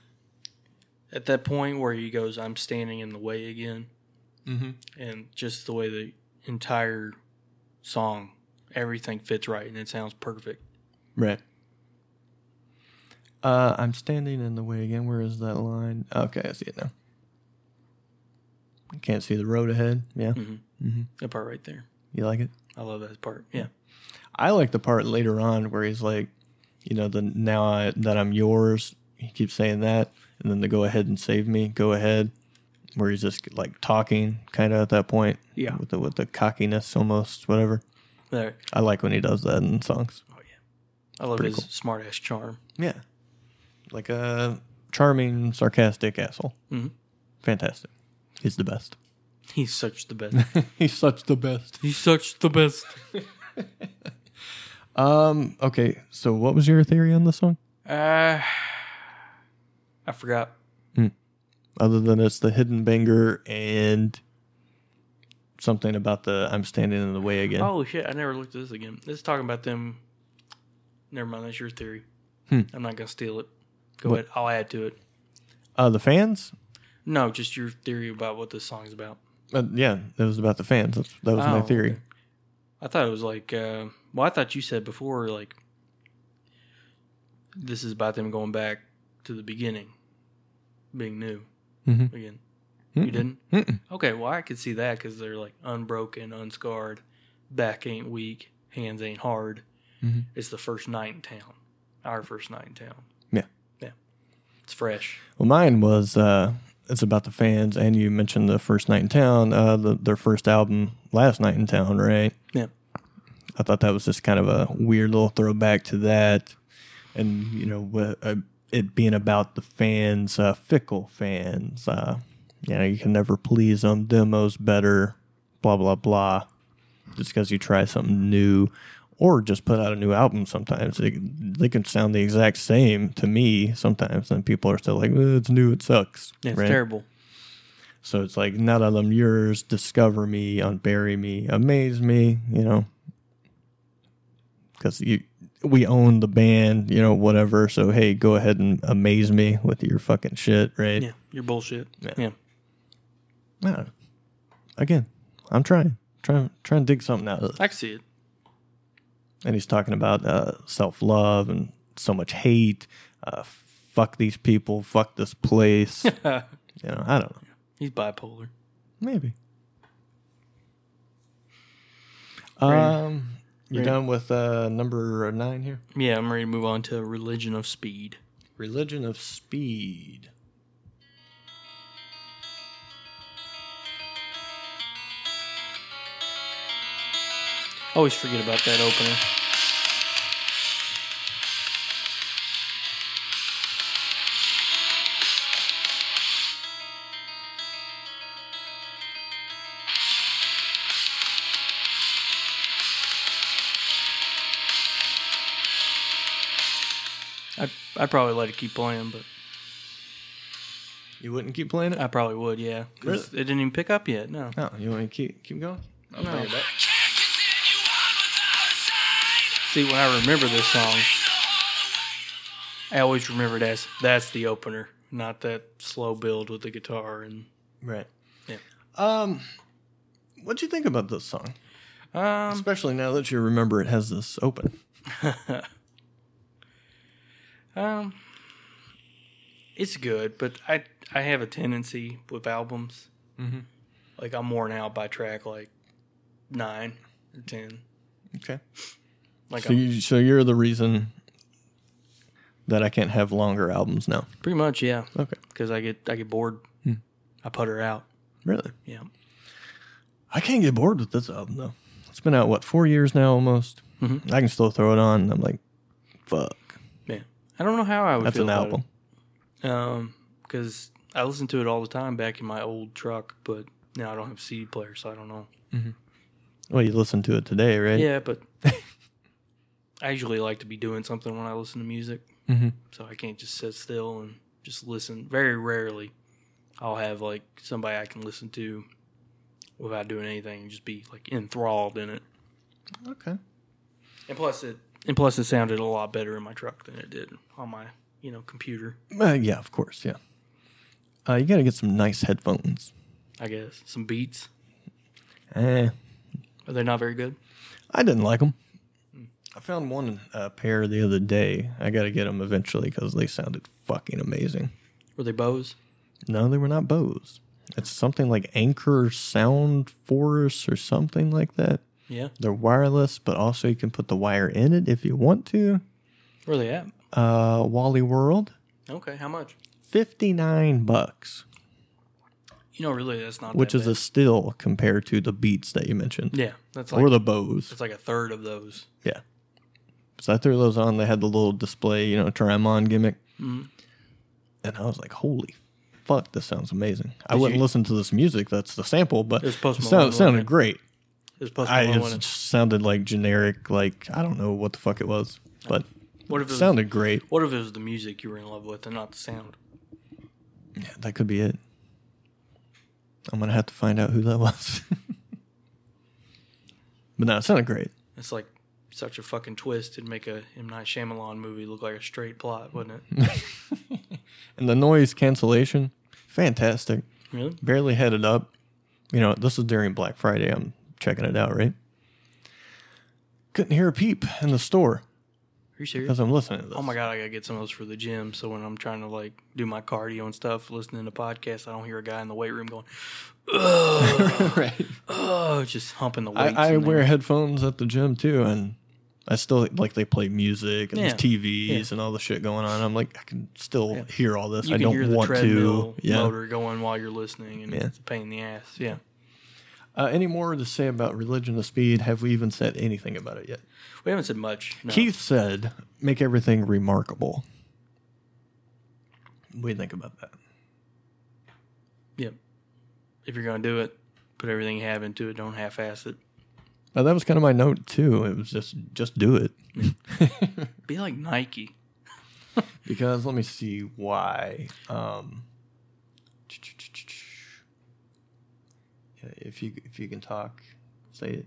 Speaker 1: at that point where he goes, I'm standing in the way again.
Speaker 2: mm-hmm.
Speaker 1: and just the way the entire song, everything fits right and it sounds perfect.
Speaker 2: Right. Uh, I'm standing in the way again. Where is that line? Okay, I see it now. You can't see the road ahead. Yeah,
Speaker 1: That part right there,
Speaker 2: you like it.
Speaker 1: I love that part. Yeah,
Speaker 2: I like the part later on where he's like, you know, the now I, that I'm yours. He keeps saying that, and then the go ahead and save me. Go ahead, where he's just like talking, kind of at that point.
Speaker 1: Yeah.
Speaker 2: with the with the cockiness almost, whatever.
Speaker 1: there.
Speaker 2: I like when he does that in songs.
Speaker 1: I love
Speaker 2: Pretty
Speaker 1: his
Speaker 2: cool.
Speaker 1: smart ass charm.
Speaker 2: Yeah. Like a charming, sarcastic asshole.
Speaker 1: Mhm.
Speaker 2: Fantastic. He's the best.
Speaker 1: He's such the best.
Speaker 2: He's such the best.
Speaker 1: He's such the best.
Speaker 2: Um, okay, so what was your theory on the song?
Speaker 1: Uh, I forgot.
Speaker 2: Other than it's the hidden banger and something about the I'm standing in the way again.
Speaker 1: Oh shit! I never looked at this again. This is talking about them. Never mind. That's your theory.
Speaker 2: Hmm.
Speaker 1: I'm not gonna steal it. Go
Speaker 2: What?
Speaker 1: ahead. I'll add to it.
Speaker 2: Uh the fans?
Speaker 1: No, just your theory about what this song's about.
Speaker 2: Uh, yeah, it was about the fans. That's, that was my
Speaker 1: Oh,
Speaker 2: theory.
Speaker 1: okay. I thought it was like, uh, well, I thought you said before, like, this is about them going back to the beginning, being new
Speaker 2: Mhm.
Speaker 1: again.
Speaker 2: Mm-mm.
Speaker 1: You didn't?
Speaker 2: Mm-mm.
Speaker 1: Okay, well, I could see that because they're like unbroken, unscarred, back ain't weak, hands ain't hard.
Speaker 2: Mhm.
Speaker 1: It's the first night in town, our first night in town.
Speaker 2: Yeah.
Speaker 1: Yeah. It's fresh.
Speaker 2: Well, mine was uh, it's about the fans, and you mentioned the first night in town, uh, the, their first album, last night in town, right?
Speaker 1: Yeah.
Speaker 2: I thought that was just kind of a weird little throwback to that, and you know, wha- uh, it being about the fans, uh, fickle fans. Uh, you know, you can never please them. Demos better, blah blah blah. Just because you try something new, or just put out a new album, sometimes they, they can sound the exact same to me. Sometimes, and people are still like, "Eh, "It's new, it sucks."
Speaker 1: Yeah, it's
Speaker 2: right?
Speaker 1: terrible.
Speaker 2: So it's like, "Not that I'm yours." Discover me, unbury me, amaze me. You know, because you we own the band, you know, whatever. So hey, go ahead and amaze me with your fucking shit, right?
Speaker 1: Yeah, you're bullshit.
Speaker 2: Yeah.
Speaker 1: yeah.
Speaker 2: I don't know. Again, I'm trying, trying, trying to dig something out of this.
Speaker 1: I can see it.
Speaker 2: And he's talking about uh, self love and so much hate. Uh, fuck these people. Fuck this place. you know, I don't know.
Speaker 1: He's bipolar.
Speaker 2: Maybe. Um, you
Speaker 1: Right.
Speaker 2: done with uh, number nine here?
Speaker 1: Yeah, I'm ready to move on to Religion of Speed.
Speaker 2: Religion of Speed.
Speaker 1: Always forget about that opener. I'd, I'd probably let it keep playing, but
Speaker 2: You wouldn't keep playing it?
Speaker 1: I probably would, yeah. 'Cause It didn't even pick up yet, no.
Speaker 2: No, you want to keep keep going? I'll
Speaker 1: No.
Speaker 2: play it back.
Speaker 4: Can't continue on without a sign.
Speaker 1: See, when I remember this song, I always remember it as that's the opener, not that slow build with the guitar. And
Speaker 2: Right.
Speaker 1: Yeah.
Speaker 2: Um, what'd you think about this song?
Speaker 1: um,
Speaker 2: Especially now that you remember it has this open.
Speaker 1: um, it's good, but I I have a tendency with albums,
Speaker 2: Mhm.
Speaker 1: like I'm worn out by track like nine or ten.
Speaker 2: Okay.
Speaker 1: Like
Speaker 2: So,
Speaker 1: I'm,
Speaker 2: you, so you're the reason that I can't have longer albums now.
Speaker 1: pretty much, yeah,
Speaker 2: Okay.
Speaker 1: because I get I get bored.
Speaker 2: Hmm.
Speaker 1: I put her out.
Speaker 2: Really?
Speaker 1: Yeah,
Speaker 2: I can't get bored with this album though. It's been out what four years now almost.
Speaker 1: Mhm.
Speaker 2: I can still throw it on. And I'm like, fuck,
Speaker 1: yeah. I don't know how I would.
Speaker 2: that's
Speaker 1: feel
Speaker 2: an
Speaker 1: about it.
Speaker 2: album.
Speaker 1: Um, because I listened to it all the time back in my old truck, but now I don't have a CD player, so I don't know.
Speaker 2: Well, you listen to it today, right?
Speaker 1: Yeah, but I usually like to be doing something when I listen to music,
Speaker 2: Mhm.
Speaker 1: so I can't just sit still and just listen. Very rarely, I'll have like somebody I can listen to without doing anything and just be like enthralled in it.
Speaker 2: Okay.
Speaker 1: And plus, it and plus it sounded a lot better in my truck than it did on my you know computer.
Speaker 2: Uh, yeah, of course. Yeah. Uh, you gotta get some nice headphones.
Speaker 1: I guess some beats
Speaker 2: Eh,
Speaker 1: are they not very good?
Speaker 2: I didn't like them. I found one uh, pair the other day. I gotta get them eventually because they sounded fucking amazing.
Speaker 1: Were they Bose?
Speaker 2: No, they were not Bose. It's something like Anchor Sound Force or something like that.
Speaker 1: Yeah.
Speaker 2: They're wireless, but also you can put the wire in it if you want to.
Speaker 1: Where they at?
Speaker 2: Uh, Wally World,
Speaker 1: Okay, how much?
Speaker 2: fifty nine bucks,
Speaker 1: You know, really, that's not
Speaker 2: which
Speaker 1: that
Speaker 2: is a still compared to the Beats that you mentioned
Speaker 1: bad. yeah, that's like
Speaker 2: or the Bose.
Speaker 1: that's like a third of those.
Speaker 2: Yeah. So I threw those on. They had the little display, you know, try 'em on gimmick,
Speaker 1: Mm-hmm.
Speaker 2: and I was like, "Holy fuck, this sounds amazing!" I wouldn't
Speaker 1: you-
Speaker 2: listen to this music. That's the sample, but
Speaker 1: It's Post
Speaker 2: it sound-
Speaker 1: Malone, wasn't
Speaker 2: sounded
Speaker 1: it?
Speaker 2: great.
Speaker 1: It's supposed
Speaker 2: I
Speaker 1: to
Speaker 2: it just sounded like generic, like I don't know what the fuck it was, but
Speaker 1: what
Speaker 2: it
Speaker 1: if it was,
Speaker 2: sounded great.
Speaker 1: What if it was the music you were in love with and not the sound?
Speaker 2: Yeah, that could be it. I'm gonna have to find out who that was. but no, it sounded great.
Speaker 1: It's like such a fucking twist. It'd make a M Night Shyamalan movie look like a straight plot, wouldn't it?
Speaker 2: And the noise cancellation, fantastic.
Speaker 1: really?
Speaker 2: Barely had it up. You know, this is during Black Friday. I'm checking it out, right? Couldn't hear a peep in the store
Speaker 1: Are you serious?
Speaker 2: as I'm listening to this.
Speaker 1: Oh my god, I gotta get some of those for the gym. So when I'm trying to like do my cardio and stuff, listening to podcasts, I don't hear a guy in the weight room going,
Speaker 2: right.
Speaker 1: "Oh, just humping the weights."
Speaker 2: I, I
Speaker 1: in there.
Speaker 2: wear headphones at the gym too, and I still like they play music and
Speaker 1: Yeah.
Speaker 2: there's TVs and all the shit going on. I'm like, I can still hear all this.
Speaker 1: you
Speaker 2: I
Speaker 1: can
Speaker 2: don't
Speaker 1: hear the
Speaker 2: want to.
Speaker 1: treadmill
Speaker 2: Yeah.
Speaker 1: motor going while you're listening, and
Speaker 2: Yeah.
Speaker 1: it's a pain in the ass. Yeah.
Speaker 2: Uh, any more to say about religion of speed? Have we even said anything about it yet?
Speaker 1: We haven't said much. No.
Speaker 2: Keith said, "Make everything remarkable." What do you think about that?
Speaker 1: Yep. If you're gonna do it, put everything you have into it. Don't half-ass it.
Speaker 2: Now, that was kind of my note too. It was just, just do it.
Speaker 1: Be like Nike.
Speaker 2: Because let me see why. Um, if you if you can talk, say it.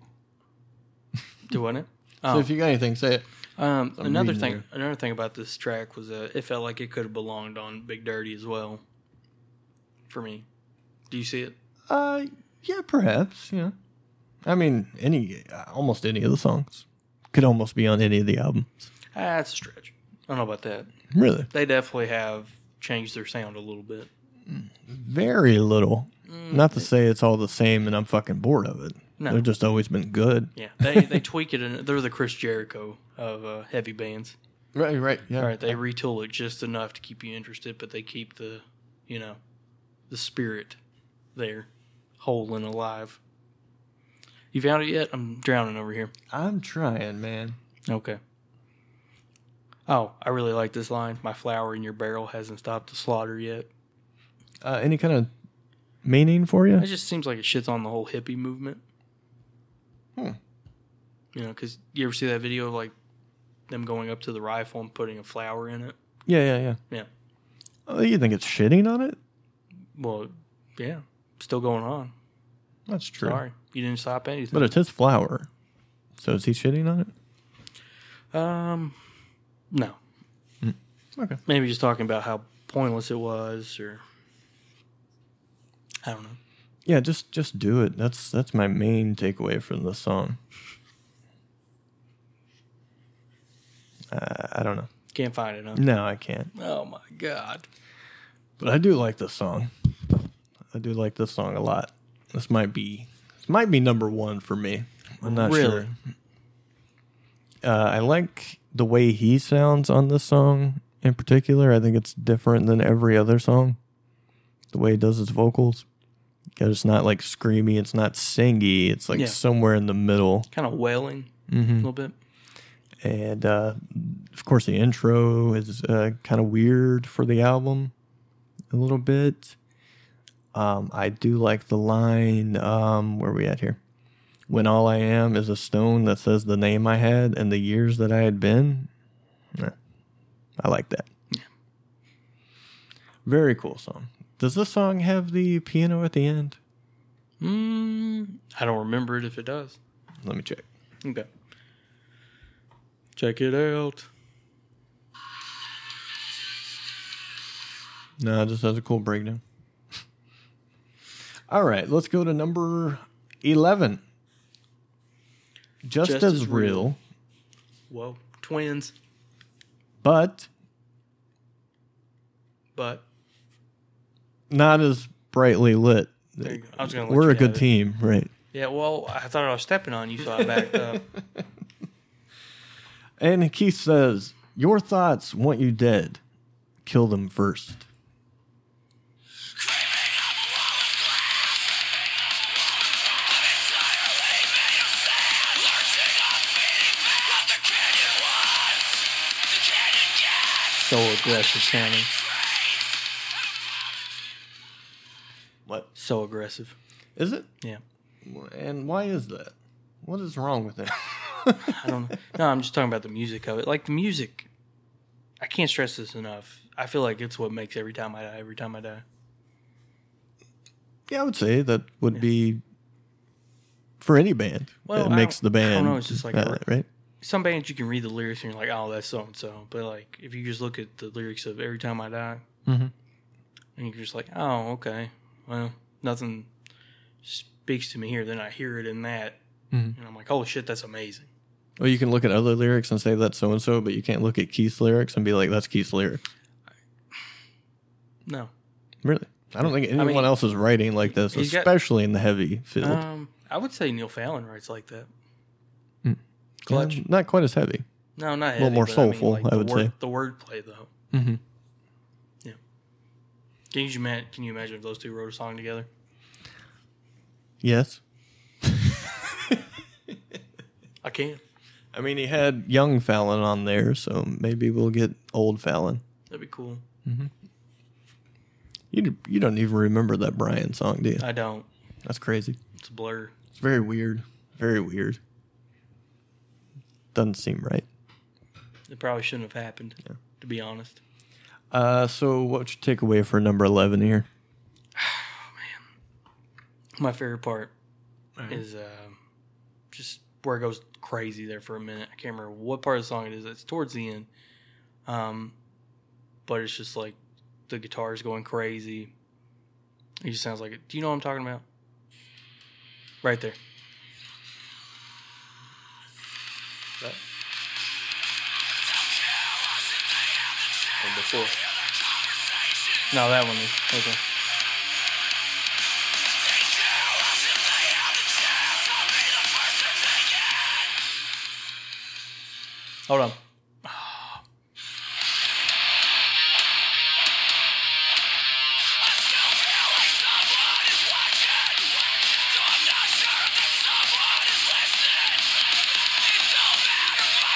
Speaker 1: Do what? it?
Speaker 2: So
Speaker 1: Oh,
Speaker 2: if you got anything, say it.
Speaker 1: um,
Speaker 2: I'm
Speaker 1: another
Speaker 2: reading
Speaker 1: thing.
Speaker 2: there.
Speaker 1: Another thing about this track was uh, it felt like it could have belonged on Big Dirty as well. For me, do you see it?
Speaker 2: Uh, yeah, perhaps. Yeah, I mean, any uh, almost any of the songs could almost be on any of the albums.
Speaker 1: Ah, that's a stretch. I don't know about that.
Speaker 2: Really,
Speaker 1: They definitely have changed their sound a little bit.
Speaker 2: very little. Not to say it's all the same, and I'm fucking bored of it.
Speaker 1: Mm, No.
Speaker 2: They've just always been good.
Speaker 1: Yeah, they they tweak it, and they're the Chris Jericho of uh, heavy bands.
Speaker 2: Right, right, yeah.
Speaker 1: All right, they retool it just enough to keep you interested, but they keep the, you know, the spirit there, whole and alive. You found it yet? I'm drowning over here.
Speaker 2: I'm trying, man.
Speaker 1: Okay. Oh, I really like this line. My flower in your barrel hasn't stopped the slaughter yet.
Speaker 2: Uh, any kind of meaning for you?
Speaker 1: It just seems like it shits on the whole hippie movement.
Speaker 2: Hmm.
Speaker 1: You know, because you ever see that video of like them going up to the rifle and putting a flower in it.
Speaker 2: Yeah, yeah, yeah.
Speaker 1: Yeah.
Speaker 2: Oh, you think it's shitting on it?
Speaker 1: Well, yeah, still going on.
Speaker 2: That's true.
Speaker 1: Sorry, you didn't stop anything.
Speaker 2: But it's his flower. So is he shitting on it?
Speaker 1: Um, no.
Speaker 2: Mm. Okay.
Speaker 1: Maybe just talking about how pointless it was, or I don't know.
Speaker 2: Yeah, just just do it. That's that's my main takeaway from the song. Uh, I don't know.
Speaker 1: Can't find it. Huh?
Speaker 2: No, I can't.
Speaker 1: Oh my god.
Speaker 2: But I do like this song. I do like this song a lot. This might be this might be number one for me. I'm not
Speaker 1: Really?
Speaker 2: sure. Uh, I like the way he sounds on this song in particular. I think it's different than every other song. The way he does his vocals. 'Cause it's not like screamy, it's not singy, it's like
Speaker 1: Yeah.
Speaker 2: somewhere in the middle.
Speaker 1: Kind of wailing
Speaker 2: Mm-hmm.
Speaker 1: a little bit.
Speaker 2: And uh, of course, the intro is uh, kind of weird for the album a little bit. Um, I do like the line, um, where are we at here? When all I am is a stone that says the name I had and the years that I had been. Yeah, I like that. Very cool song. Does this song have the piano at the end?
Speaker 1: Mm, I don't remember it if it does.
Speaker 2: Let me check.
Speaker 1: Okay. Check it out.
Speaker 2: No, it just has a cool breakdown. All right, let's go to number 11. Just,
Speaker 1: Just
Speaker 2: as,
Speaker 1: as
Speaker 2: real,
Speaker 1: real. Whoa, twins.
Speaker 2: but
Speaker 1: But
Speaker 2: not as brightly lit.
Speaker 1: there you go. I was gonna. Let
Speaker 2: We're
Speaker 1: you
Speaker 2: a good
Speaker 1: have it.
Speaker 2: team, right?
Speaker 1: Yeah. Well, I thought I was stepping on you, so I backed up.
Speaker 2: And Keith says, Your thoughts want you dead. Kill them first.
Speaker 1: So aggressive sounding.
Speaker 2: What?
Speaker 1: So aggressive.
Speaker 2: Is it?
Speaker 1: Yeah.
Speaker 2: And why is that? What is wrong with it?
Speaker 1: I don't know. No, I'm just talking about the music of it. Like the music, I can't stress this enough. I feel like it's what makes every time I die. Every time I die.
Speaker 2: yeah, I would say that would be for any band.
Speaker 1: Well, I
Speaker 2: it makes the
Speaker 1: don't- I
Speaker 2: band.
Speaker 1: don't know, it's just like a
Speaker 2: uh, right?
Speaker 1: Some bands you can read the lyrics and you're like, oh, that's so and so. But like, if you just look at the lyrics of Every Time I Die,
Speaker 2: Mhm.
Speaker 1: and you're just like, oh, okay, well, nothing speaks to me here. Then I hear it in that,
Speaker 2: Mhm.
Speaker 1: and I'm like, holy shit, that's amazing.
Speaker 2: Well, you can look at other lyrics and say that's so and so, but you can't look at Keith's lyrics and be like, that's Keith's lyrics.
Speaker 1: No,
Speaker 2: Really? I don't think anyone
Speaker 1: mean,
Speaker 2: else is writing like this,
Speaker 1: he's got-
Speaker 2: especially in the heavy field.
Speaker 1: um, I would say Neil Fallon writes like that.
Speaker 2: Hmm.
Speaker 1: Clutch.
Speaker 2: Yeah, not quite as heavy.
Speaker 1: No, not a
Speaker 2: little more soulful, I
Speaker 1: the
Speaker 2: would
Speaker 1: word,
Speaker 2: say.
Speaker 1: the wordplay though.
Speaker 2: Mm-hmm.
Speaker 1: Can you imagine? Can you imagine if those two wrote a song together?
Speaker 2: Yes.
Speaker 1: I can.
Speaker 2: I mean, he had young Fallon on there, so maybe we'll get old Fallon.
Speaker 1: That'd be cool.
Speaker 2: You, you don't even remember that Brian song, do you?
Speaker 1: I don't.
Speaker 2: That's crazy.
Speaker 1: It's a blur.
Speaker 2: It's very weird. Very weird. Doesn't seem right.
Speaker 1: It probably shouldn't have happened. To be honest,
Speaker 2: Uh, so, what's your takeaway for number 11 here?
Speaker 1: my favorite part is uh, just where it goes crazy there for a minute. I can't remember what part of the song it is. It's towards the end, um, but it's just like the guitar's going crazy. It just sounds like it. Do you know what I'm talking about? Right there.
Speaker 2: before.
Speaker 1: No, that one is okay. Hold on.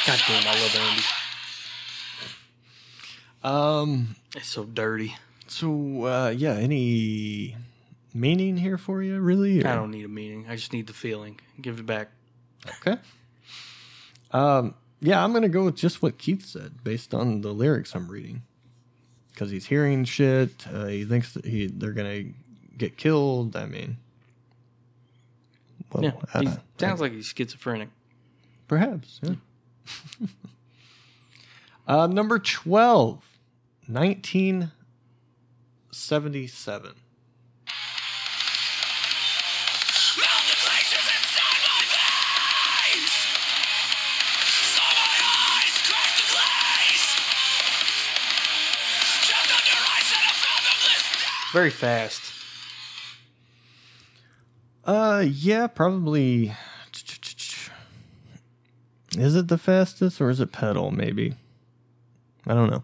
Speaker 1: God damn, I love Andy.
Speaker 2: Um,
Speaker 1: It's so dirty.
Speaker 2: So uh, yeah, any meaning here for you, really? or-
Speaker 1: I don't need a meaning. I just need the feeling. Give it back.
Speaker 2: Okay. Um, Yeah, I'm gonna go with just what Keith said based on the lyrics I'm reading, because he's hearing shit. Uh, he thinks that he they're gonna get killed. I mean, well,
Speaker 1: Yeah, he
Speaker 2: uh,
Speaker 1: sounds like he's schizophrenic.
Speaker 2: perhaps. Yeah. uh, number 12, 1977.
Speaker 4: Melt the glaciers inside my veins. Saw my eyes crack the glaze. Trapped under ice and a fathomless depth.
Speaker 1: Very fast.
Speaker 2: Uh, yeah, probably. Is it the fastest or is it pedal? Maybe. I don't know.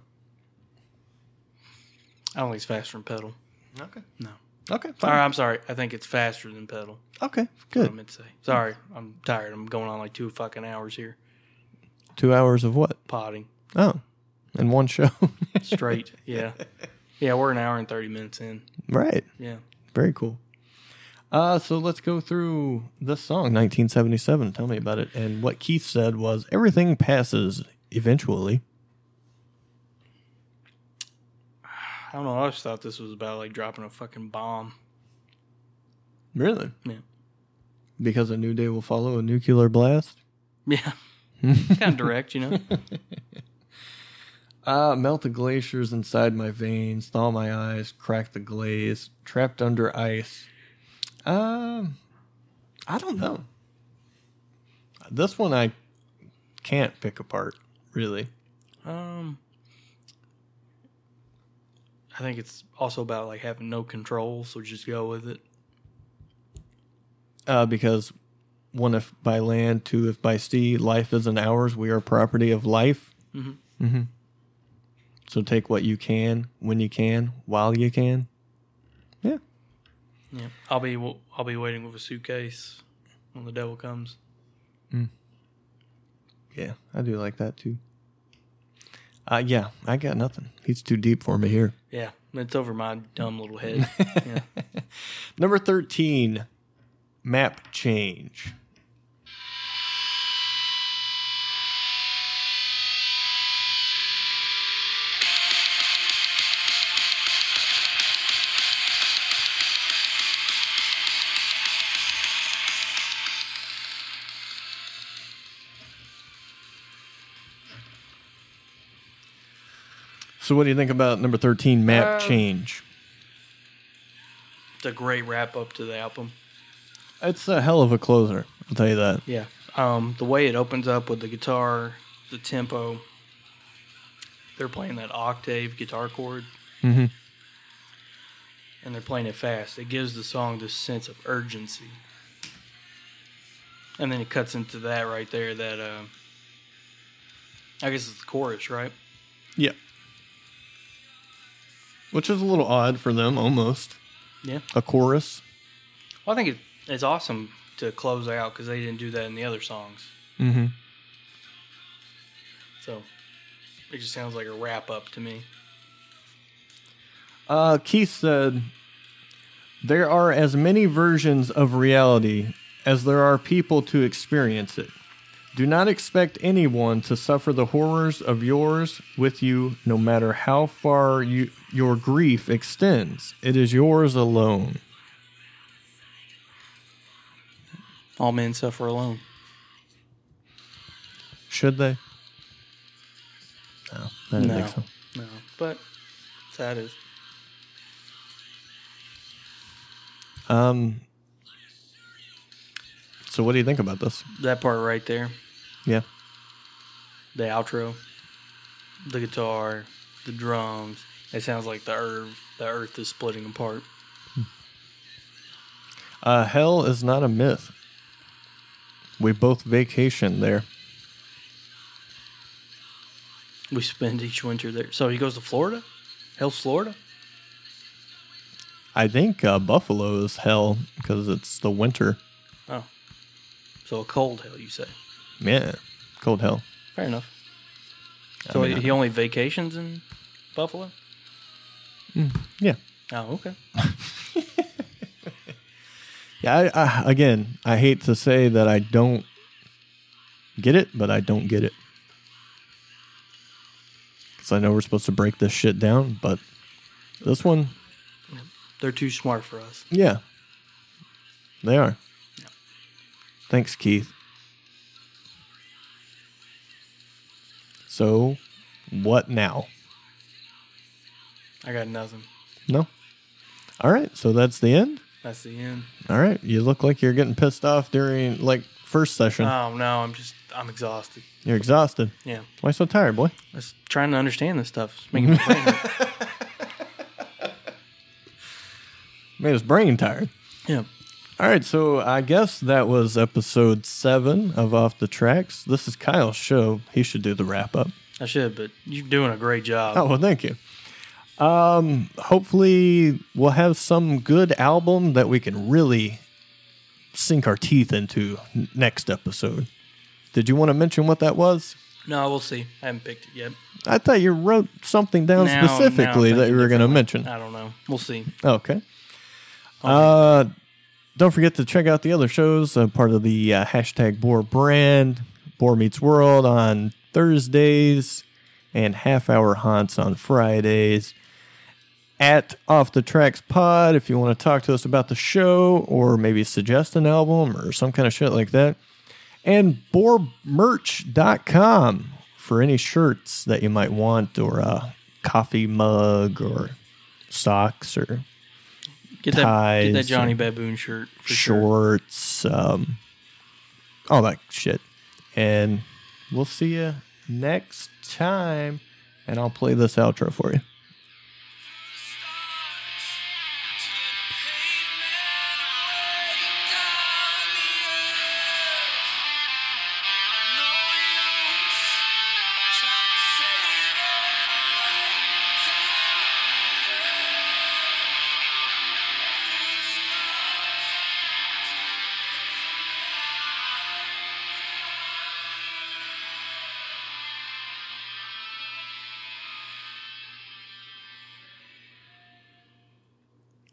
Speaker 1: I don't think it's faster than pedal.
Speaker 2: Okay.
Speaker 1: No.
Speaker 2: Okay.
Speaker 1: All
Speaker 2: Fine.
Speaker 1: right, Um, I'm sorry. I think it's faster than pedal.
Speaker 2: Okay.
Speaker 1: Good. I
Speaker 2: Good.
Speaker 1: meant to say. Sorry, I'm tired. I'm going on like two fucking hours here
Speaker 2: Two hours of what?
Speaker 1: potting
Speaker 2: Oh, in one show.
Speaker 1: straight. yeah, yeah. We're an hour and thirty minutes in.
Speaker 2: right.
Speaker 1: Yeah.
Speaker 2: Very cool. Uh, so let's go through the song 1977. Tell me about it. And what Keith said was everything passes eventually.
Speaker 1: I don't know. I just thought this was about like dropping a fucking bomb.
Speaker 2: Really?
Speaker 1: Yeah.
Speaker 2: Because a new day will follow a nuclear blast.
Speaker 1: Yeah. kind of direct, you know.
Speaker 2: Uh, melt the glaciers inside my veins, thaw my eyes, crack the glaze, trapped under ice. Um, I don't know. This one I can't pick apart, really.
Speaker 1: Um, I think it's also about like having no control, so just go with it.
Speaker 2: uh, because one if by land, two if by sea. Life isn't ours; we are property of life.
Speaker 1: Mhm.
Speaker 2: Mhm. So take what you can, when you can, while you can. Yeah,
Speaker 1: Yeah. I'll be I'll be waiting with a suitcase when the devil comes.
Speaker 2: yeah, I do like that too. Uh, yeah, I got nothing. He's too deep for me here.
Speaker 1: Yeah, it's over my dumb little head. yeah.
Speaker 2: Number thirteen, map change. So, what do you think about number thirteen, map change?
Speaker 1: It's a great wrap up to the album.
Speaker 2: It's a hell of a closer. I'll tell you that.
Speaker 1: Yeah. Um, the way it opens up with the guitar, the tempo, they're playing that octave guitar chord. Mm-hmm.
Speaker 2: Mhm.
Speaker 1: And they're playing it fast. It gives the song this sense of urgency. And then it cuts into that right there that, uh, I guess it's the chorus, right?
Speaker 2: Yeah. Which is a little odd for them, almost.
Speaker 1: Yeah.
Speaker 2: A chorus.
Speaker 1: Well, I think it, it's awesome to close out because they didn't do that in the other songs.
Speaker 2: Mm-hmm.
Speaker 1: So it just sounds like a wrap up to me.
Speaker 2: Uh, Keith said, There are as many versions of reality as there are people to experience it. Do not expect anyone to suffer the horrors of yours with you, no matter how far you, your grief extends. It is yours alone.
Speaker 1: All men suffer alone.
Speaker 2: Should they? No, I don't
Speaker 1: No.
Speaker 2: think so.
Speaker 1: No, but that's how it is.
Speaker 2: Um. So, what do you think about this?
Speaker 1: That part right there,
Speaker 2: Yeah.
Speaker 1: the outro, the guitar, the drums. It sounds like the earth, the earth is splitting apart.
Speaker 2: Uh, hell is not a myth. We both vacation there.
Speaker 1: We spend each winter there. So he goes to Florida, Hell's Florida.
Speaker 2: I think uh, Buffalo is hell because it's the winter.
Speaker 1: Oh, so a cold hell, you say?
Speaker 2: Yeah, cold hell.
Speaker 1: Fair enough.
Speaker 2: I
Speaker 1: So
Speaker 2: mean,
Speaker 1: he, he only vacations in Buffalo.
Speaker 2: yeah,
Speaker 1: Oh, okay.
Speaker 2: yeah. I, I, again, I hate to say that I don't get it, but I don't get it. because I know we're supposed to break this shit down, but this one,
Speaker 1: They're too smart for us.
Speaker 2: yeah, they are. Thanks, Keith. So, what now?
Speaker 1: I got nothing.
Speaker 2: No. All right, so that's the end.
Speaker 1: That's the end.
Speaker 2: All right, you look like you're getting pissed off during like first session.
Speaker 1: Oh no, I'm just I'm exhausted.
Speaker 2: you're exhausted.
Speaker 1: Yeah,
Speaker 2: Why so tired, boy?
Speaker 1: just trying to understand this stuff. It's making me brain.
Speaker 2: Made his brain tired.
Speaker 1: Yeah,
Speaker 2: All right, so I guess that was episode seven of Off the Tracks. This is Kyle's show. He should do the wrap up.
Speaker 1: I should, but you're doing a great job.
Speaker 2: Oh well, thank you. Um, hopefully we'll have some good album that we can really sink our teeth into n- next episode. Did you want to mention what that was?
Speaker 1: No, we'll see. I haven't picked it yet.
Speaker 2: I thought you wrote something down
Speaker 1: Now- now
Speaker 2: specifically
Speaker 1: I'm
Speaker 2: that you were
Speaker 1: thinking differently.
Speaker 2: going to mention.
Speaker 1: I don't know. We'll see.
Speaker 2: Okay. Uh, don't forget to check out the other shows. Uh, part of the uh, hashtag Boar brand, Boar Meets World on Thursdays, and Half Hour Haunts on Fridays. At Off the Tracks Pod, if you want to talk to us about the show or maybe suggest an album or some kind of shit like that. And boarmerch.com for any shirts that you might want or a coffee mug or socks or
Speaker 1: Get that get that
Speaker 2: Ties
Speaker 1: Johnny
Speaker 2: and-
Speaker 1: Baboon shirt for sure.
Speaker 2: shorts, um, all that shit. And we'll see you next time. And I'll play this outro for you.